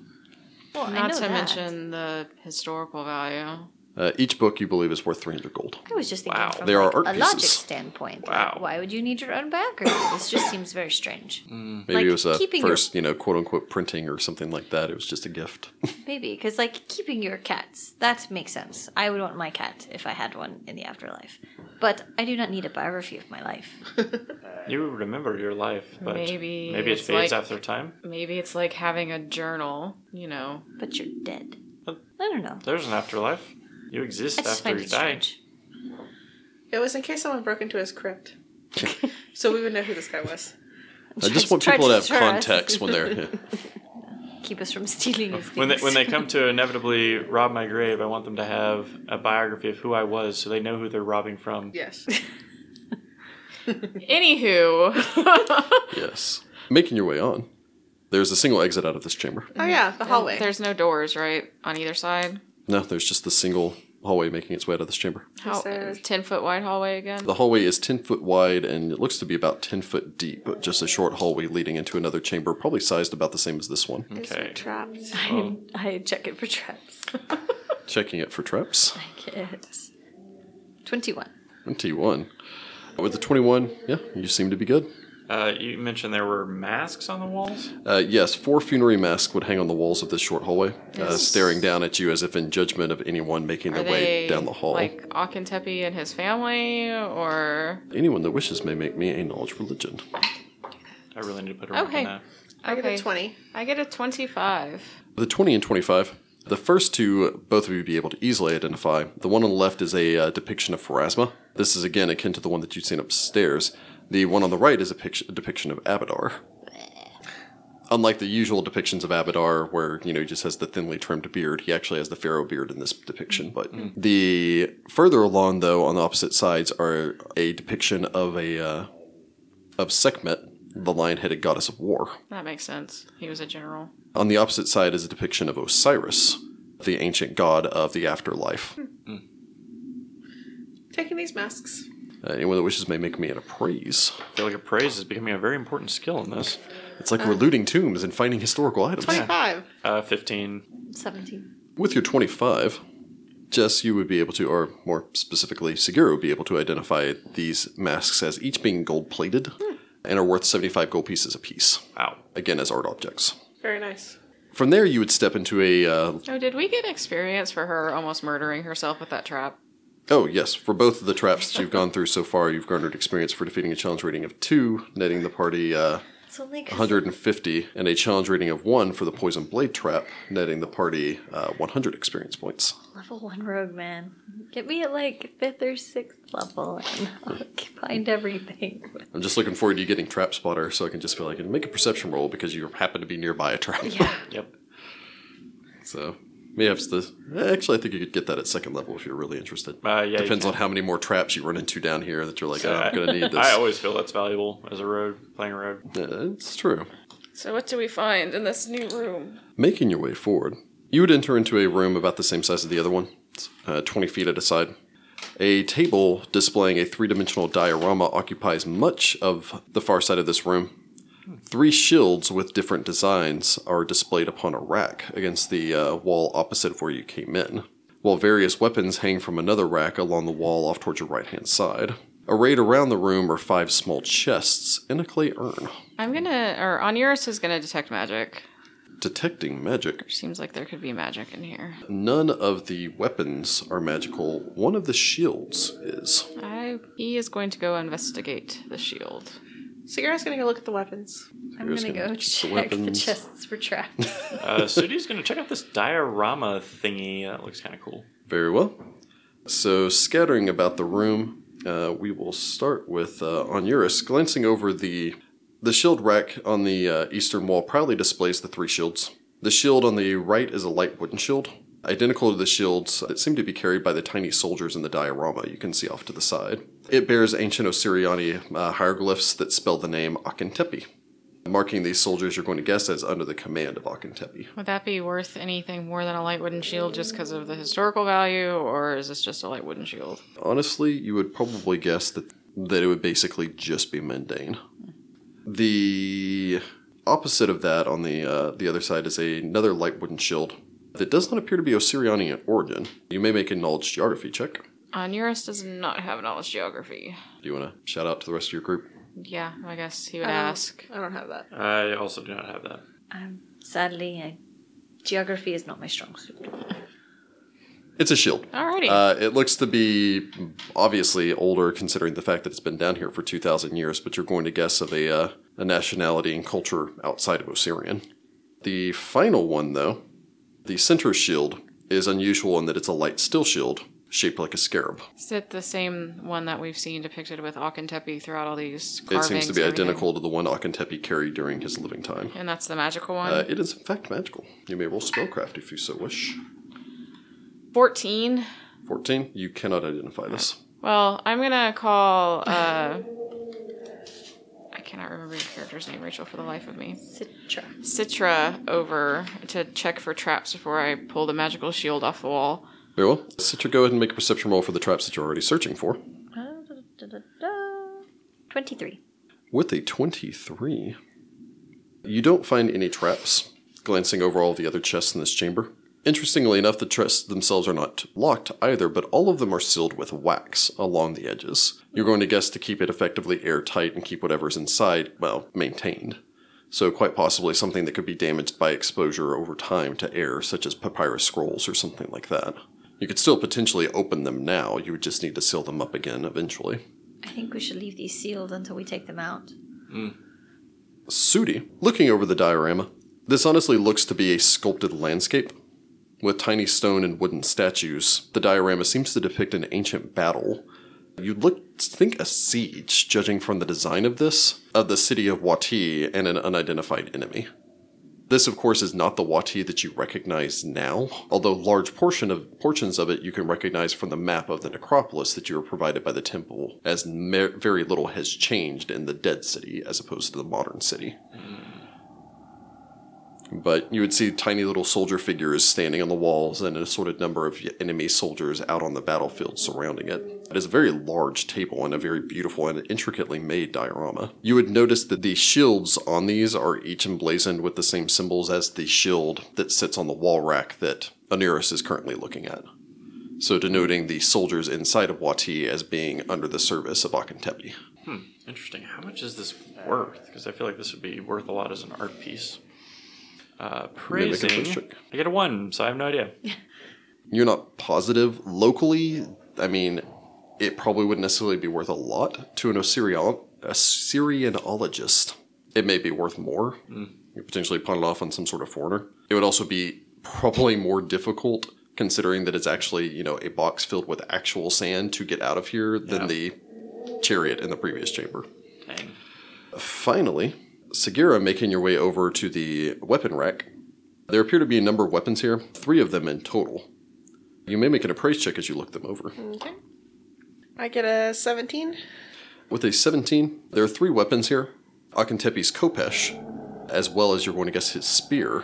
[SPEAKER 4] Well, I
[SPEAKER 5] Not
[SPEAKER 4] know
[SPEAKER 5] to
[SPEAKER 4] that.
[SPEAKER 5] mention the historical value.
[SPEAKER 1] Uh, each book you believe is worth 300 gold.
[SPEAKER 4] I was just thinking
[SPEAKER 3] Wow,
[SPEAKER 4] from
[SPEAKER 1] they are
[SPEAKER 4] like,
[SPEAKER 1] art
[SPEAKER 4] a
[SPEAKER 1] pieces.
[SPEAKER 4] logic standpoint.
[SPEAKER 3] Wow.
[SPEAKER 4] Like, why would you need your own biography? this just seems very strange.
[SPEAKER 1] Maybe
[SPEAKER 4] Mm. Like,
[SPEAKER 1] it was a
[SPEAKER 4] keeping your-
[SPEAKER 1] first, you know, quote unquote printing or something like that. It was just a gift.
[SPEAKER 4] Maybe because like keeping your cats that makes sense. I would want my cat if I had one in the afterlife, but I do not need a biography of my life.
[SPEAKER 3] You remember your life, but
[SPEAKER 5] Maybe
[SPEAKER 3] maybe it
[SPEAKER 5] it's
[SPEAKER 3] fades
[SPEAKER 5] like-
[SPEAKER 3] after time.
[SPEAKER 5] Maybe it's like having a journal, you know.
[SPEAKER 4] But you're dead.
[SPEAKER 1] Oh.
[SPEAKER 4] I
[SPEAKER 3] But-
[SPEAKER 4] don't know.
[SPEAKER 3] There's an afterlife. You exist
[SPEAKER 4] I just
[SPEAKER 3] after
[SPEAKER 4] find
[SPEAKER 3] you
[SPEAKER 4] it
[SPEAKER 3] die.
[SPEAKER 4] strange.
[SPEAKER 2] It was in case someone broke into his crypt. so we would know who this guy was.
[SPEAKER 1] I just want
[SPEAKER 4] Try
[SPEAKER 1] people to have
[SPEAKER 4] deter us.
[SPEAKER 1] context when they're. yeah.
[SPEAKER 4] Keep us from stealing his things.
[SPEAKER 3] When they, when they come to inevitably rob my grave, I want them to have a biography of who I was so they know who they're robbing from.
[SPEAKER 2] Yes.
[SPEAKER 5] Anywho,
[SPEAKER 1] Yes. Making your way on. There's a single exit out of this chamber.
[SPEAKER 2] Oh yeah, the hallway.
[SPEAKER 5] there's no doors, right? On either side?
[SPEAKER 1] No, there's just the single hallway making its way out of this chamber.
[SPEAKER 5] How,
[SPEAKER 2] there-
[SPEAKER 5] 10 foot wide hallway again?
[SPEAKER 1] The hallway is 10 foot wide and it looks to be about 10 foot deep, but just a short hallway leading into another chamber, probably sized about the same as this one.
[SPEAKER 2] Is
[SPEAKER 3] Okay.
[SPEAKER 2] it trapped.
[SPEAKER 4] I,
[SPEAKER 3] oh.
[SPEAKER 4] I check it for traps.
[SPEAKER 1] Checking it for traps.
[SPEAKER 4] Kids. Twenty-one.
[SPEAKER 1] 21. With the 21, yeah, you seem to be good.
[SPEAKER 3] Uh, you mentioned there were masks on the walls.
[SPEAKER 1] Uh, yes, four funerary masks would hang on the walls of this short hallway, uh, staring down at you as if in judgment of anyone making
[SPEAKER 5] Are
[SPEAKER 1] their way
[SPEAKER 5] they
[SPEAKER 1] down the hall.
[SPEAKER 5] like Akintepi and his family, or
[SPEAKER 1] Anyone that wishes may make me a knowledge religion.
[SPEAKER 3] I really need to put a ring
[SPEAKER 5] Okay.
[SPEAKER 3] on that.
[SPEAKER 2] I get a
[SPEAKER 5] Okay.
[SPEAKER 2] 20.
[SPEAKER 5] I get a twenty-five.
[SPEAKER 1] The 20 and 25, the first two, both of you would be able to easily identify. The one on the left is a uh, depiction of Pharasma. This is again akin to the one that you'd seen upstairs. The one on the right is a, pict- a depiction of Abadar. Unlike the usual depictions of Abadar, where you know he just has the thinly trimmed beard, he actually has the pharaoh beard in this depiction. But the further along, though, on the opposite sides are a depiction of a uh, of Sekhmet, the lion-headed goddess of war.
[SPEAKER 5] That makes sense. He was a general.
[SPEAKER 1] On the opposite side is a depiction of Osiris, the ancient god of the afterlife.
[SPEAKER 2] Taking these masks.
[SPEAKER 1] Uh, anyone that wishes may make me an appraise.
[SPEAKER 3] I feel like appraise is becoming a very important skill in this.
[SPEAKER 1] It's like we're looting tombs and finding historical items.
[SPEAKER 2] 25.
[SPEAKER 3] Uh, Fifteen.
[SPEAKER 4] 17.
[SPEAKER 1] With your 25, Jess, you would be able to, or more specifically, Segura would be able to identify these masks as each being gold plated and are worth 75 gold pieces apiece,
[SPEAKER 3] Wow.
[SPEAKER 1] again, as art objects.
[SPEAKER 2] Very nice.
[SPEAKER 1] From there, you would step into a. Uh,
[SPEAKER 5] Oh, did we get experience for her almost murdering herself with that trap?
[SPEAKER 1] oh, yes, for both of the traps that you've gone through so far, you've garnered experience for defeating a challenge rating of two, netting the party uh,
[SPEAKER 4] It's only 'cause
[SPEAKER 1] 150 and a challenge rating of 1 for the poison blade trap netting the party uh, 100 experience points
[SPEAKER 4] level one rogue man. Get me at like fifth or sixth level and I'll find everything.
[SPEAKER 1] i'm just looking forward to you getting trap spotter so i can just be like and make a perception roll because you happen to be nearby a trap
[SPEAKER 4] Yeah.
[SPEAKER 3] Yep.
[SPEAKER 1] so mayhaps the actually i think you could get that at second level if you're really interested
[SPEAKER 3] Uh, yeah. you
[SPEAKER 1] depends
[SPEAKER 3] can-
[SPEAKER 1] on how many more traps you run into down here that you're like oh, i'm gonna need this
[SPEAKER 3] Uh, I always feel that's valuable as a road playing a road.
[SPEAKER 1] Uh, it's true
[SPEAKER 5] So what do we find in this new room?
[SPEAKER 1] Making your way forward, you would enter into a room about the same size as the other one, uh, 20 feet at a side. A table displaying a three dimensional diorama occupies much of the far side of this room. Three shields with different designs are displayed upon a rack against the uh, wall opposite of where you came in, while various weapons hang from another rack along the wall off towards your right hand side. Arrayed around the room are five small chests and a clay urn.
[SPEAKER 5] I'm gonna, or Onuris is gonna detect magic.
[SPEAKER 1] Detecting magic,
[SPEAKER 5] Seems like there could be magic in here.
[SPEAKER 1] None of the weapons are magical. One of the shields is.
[SPEAKER 5] I he is going to go investigate the shield.
[SPEAKER 2] Sagara's gonna go look at the weapons.
[SPEAKER 4] I'm
[SPEAKER 1] Here's
[SPEAKER 4] gonna
[SPEAKER 1] gonna
[SPEAKER 4] go
[SPEAKER 1] just the
[SPEAKER 4] check the,
[SPEAKER 1] weapons.
[SPEAKER 4] chests for traps.
[SPEAKER 3] Uh, Sudi's gonna check out this diorama thingy. That looks kind of cool.
[SPEAKER 1] Very well. So, scattering about the room, uh, we will start with uh, Onuris. Glancing over the the shield rack on the uh, eastern wall, proudly displays the three shields. The shield on the right is a light wooden shield, identical to the shields that seem to be carried by the tiny soldiers in the diorama you can see off to the side. It bears ancient Osiriani uh, hieroglyphs that spell the name Akintepi, marking these soldiers you're going to guess as under the command of Akintepi.
[SPEAKER 5] Would that be worth anything more than a light wooden shield just because of the historical value, or is this just a light wooden shield?
[SPEAKER 1] Honestly, you would probably guess that that it would basically just be mundane. The opposite of that on the uh, the other side is a- another light wooden shield that does not appear to be Osiriani in origin. You may make a knowledge geography check. Do
[SPEAKER 5] Onuris does not have knowledge geography.
[SPEAKER 1] you want to shout out to the rest of your group?
[SPEAKER 5] Yeah, I guess he would
[SPEAKER 2] I don't-
[SPEAKER 5] ask.
[SPEAKER 2] I don't have that.
[SPEAKER 3] I also do not have that.
[SPEAKER 4] um, sadly, I, geography is not my strong suit.
[SPEAKER 1] It's a shield.
[SPEAKER 5] Alrighty.
[SPEAKER 1] Uh, it looks to be obviously older, considering the fact that it's been down here for two thousand years. But you're going to guess of a uh, a nationality and culture outside of Osirian. The final one, though, the center shield is unusual in that it's a light steel shield shaped like a scarab.
[SPEAKER 5] is it the same one that we've seen depicted with Akintepi throughout all these
[SPEAKER 1] It
[SPEAKER 5] carvings?
[SPEAKER 1] seems to
[SPEAKER 5] and
[SPEAKER 1] be
[SPEAKER 5] everything?
[SPEAKER 1] identical to the one Akintepi carried during his living time.
[SPEAKER 5] And that's the magical one?
[SPEAKER 1] Uh, it is in fact magical. You may roll spellcraft if you so wish.
[SPEAKER 5] 14.
[SPEAKER 1] Fourteen. You cannot identify this.
[SPEAKER 5] Well, I'm gonna call. Uh, I cannot remember your character's name, Rachel, for the life of me.
[SPEAKER 4] Citra.
[SPEAKER 5] Citra over to check for traps before I pull the magical shield off the wall.
[SPEAKER 1] Very well. Citra, go ahead and make a perception roll for the traps that you're already searching for.
[SPEAKER 4] Uh, da, da, da, da. 23.
[SPEAKER 1] With a 23, you don't find any traps glancing over all the other chests in this chamber. Interestingly enough, the chests themselves are not locked either, but all of them are sealed with wax along the edges. You're going to guess to keep it effectively airtight and keep whatever's inside, well, maintained. So, quite possibly something that could be damaged by exposure over time to air, such as papyrus scrolls or something like that. You could still potentially open them now, you would just need to seal them up again eventually.
[SPEAKER 4] I think we should leave these sealed until we take them out.
[SPEAKER 1] Sudi, looking over the diorama, this honestly looks to be a sculpted landscape. With tiny stone and wooden statues, the diorama seems to depict an ancient battle. You'd look, think a siege, judging from the design of this, of the city of Wati and an unidentified enemy. This, of course, is not the Wati that you recognize now, although large portion of portions of it you can recognize from the map of the necropolis that you were provided by the temple, as mer- very little has changed in the dead city as opposed to the modern city. But you would see tiny little soldier figures standing on the walls and an assorted number of enemy soldiers out on the battlefield surrounding it. It is a very large table and a very beautiful and intricately made diorama. You would notice that the shields on these are each emblazoned with the same symbols as the shield that sits on the wall rack that Oneris is currently looking at. So denoting the soldiers inside of Wati as being under the service of Akentepi.
[SPEAKER 3] Hmm, interesting. How much is this worth? Because I feel like this would be worth a lot as an art piece. Uh,
[SPEAKER 1] Maybe make a
[SPEAKER 3] praising.
[SPEAKER 1] push check.
[SPEAKER 3] I get a one, so I have no idea.
[SPEAKER 1] you're not positive locally i mean it probably wouldn't necessarily be worth a lot to an Osirian, assyrianologist it may be worth more you potentially pawn it off on some sort of foreigner it would also be probably more difficult considering that it's actually you know a box filled with actual sand to get out of here than
[SPEAKER 3] Yeah.
[SPEAKER 1] the chariot in the previous chamber
[SPEAKER 3] Dang.
[SPEAKER 1] Finally, Sagira making your way over to the weapon rack. There appear to be a number of weapons here, three of them in total. You may make an appraise check as you look them over.
[SPEAKER 2] Okay. I get a 17.
[SPEAKER 1] With a 17, there are three weapons here Akintepi's Kopesh, as well as you're going to guess his spear.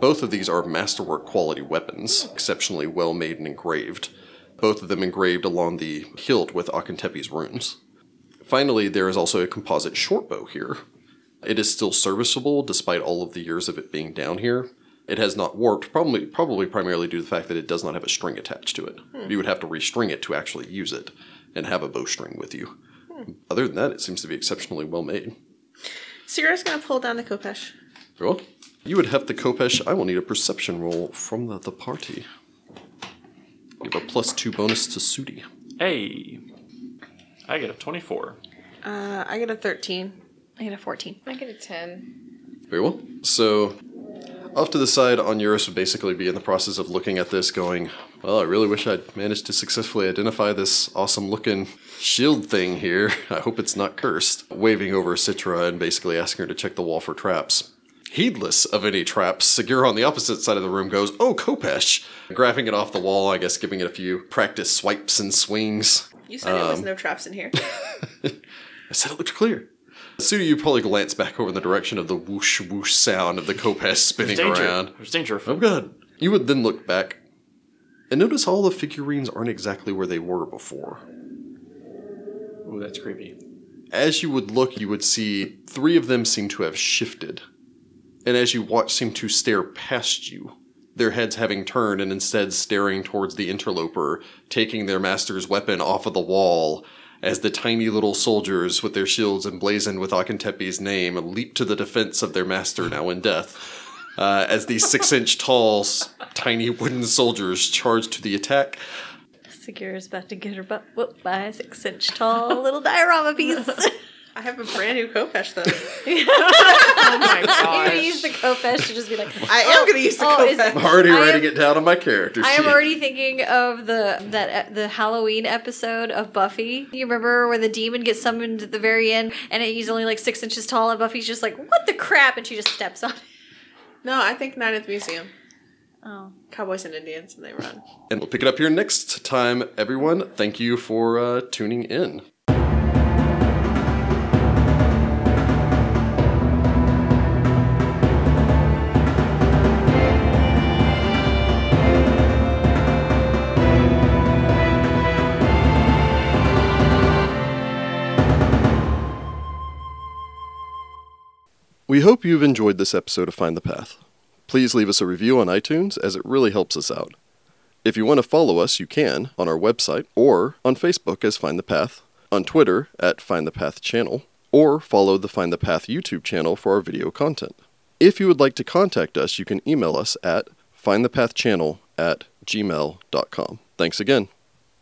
[SPEAKER 1] Both of these are masterwork quality weapons, exceptionally well made and engraved. Both of them engraved along the hilt with Akintepi's runes. Finally, there is also a composite shortbow here. It is still serviceable despite all of the years of it being down here. It has not warped, probably, probably primarily due to the fact that it does not have a string attached to it. You would have to restring it to actually use it and have a bowstring with you. Other than that, it seems to be exceptionally well made.
[SPEAKER 2] Sierra's gonna pull down the Kopesh.
[SPEAKER 1] Very well. You would have the Kopesh. I will need a perception roll from the, the party. You have a plus two bonus to Sudi.
[SPEAKER 3] Hey, I get a twenty-four.
[SPEAKER 2] Uh, I get a 13. I get a 14.
[SPEAKER 5] I get a 10.
[SPEAKER 1] Very well. So, off to the side, Onuris would basically be in the process of looking at this, going, Well, I really wish I'd managed to successfully identify this awesome looking shield thing here. I hope it's not cursed. Waving over Citra and basically asking her to check the wall for traps. Heedless of any traps, Segura on the opposite side of the room goes, Oh, Kopesh! Grabbing it off the wall, I guess giving it a few practice swipes and swings.
[SPEAKER 2] You said there was no traps in here.
[SPEAKER 1] I said it looked clear. Soon you probably glance back over in the direction of the whoosh whoosh sound of the Kopesh spinning
[SPEAKER 3] There's danger.
[SPEAKER 1] around.
[SPEAKER 3] There's danger.
[SPEAKER 1] Oh god. You would then look back and notice all the figurines aren't exactly where they were before.
[SPEAKER 3] Ooh, that's creepy.
[SPEAKER 1] As you would look, you would see three of them seem to have shifted. And as you watch, seem to stare past you, their heads having turned and instead staring towards the interloper, taking their master's weapon off of the wall. As the tiny little soldiers with their shields emblazoned with Akintepi's name leap to the defense of their master now in death, uh, as these six inch tall, s- tiny wooden soldiers charge to the attack.
[SPEAKER 4] Sagira's about to get her butt whooped by a six inch tall little diorama piece.
[SPEAKER 2] I have a brand new Kopesh though.
[SPEAKER 5] Oh my
[SPEAKER 4] I'm
[SPEAKER 5] gosh.
[SPEAKER 4] gonna use the Kopesh to just be like,
[SPEAKER 2] I am gonna use the
[SPEAKER 4] oh, is-
[SPEAKER 2] Kopesh.
[SPEAKER 1] I'm already
[SPEAKER 4] I am-
[SPEAKER 1] writing it down on my character
[SPEAKER 4] I am
[SPEAKER 1] sheet.
[SPEAKER 4] already thinking of the that e, the Halloween episode of Buffy. You remember when the demon gets summoned at the very end, and he's only like six inches tall, and Buffy's just like, "What the crap?" and she just steps on. it.
[SPEAKER 2] No, I think Night at the Museum.
[SPEAKER 4] Oh,
[SPEAKER 2] Cowboys and Indians, and they run.
[SPEAKER 1] And we'll pick it up here next time, everyone. Thank you for uh, tuning in. We hope you've enjoyed this episode of Find the Path. please leave us a review on iTunes as it really helps us out. If you want to follow us, you can on our website or on Facebook as Find the Path, on Twitter at Find the Path Channel, or follow the Find the Path YouTube channel for our video content. If you would like to contact us, you can email us at findthepathchannel at gmail.com. Thanks again.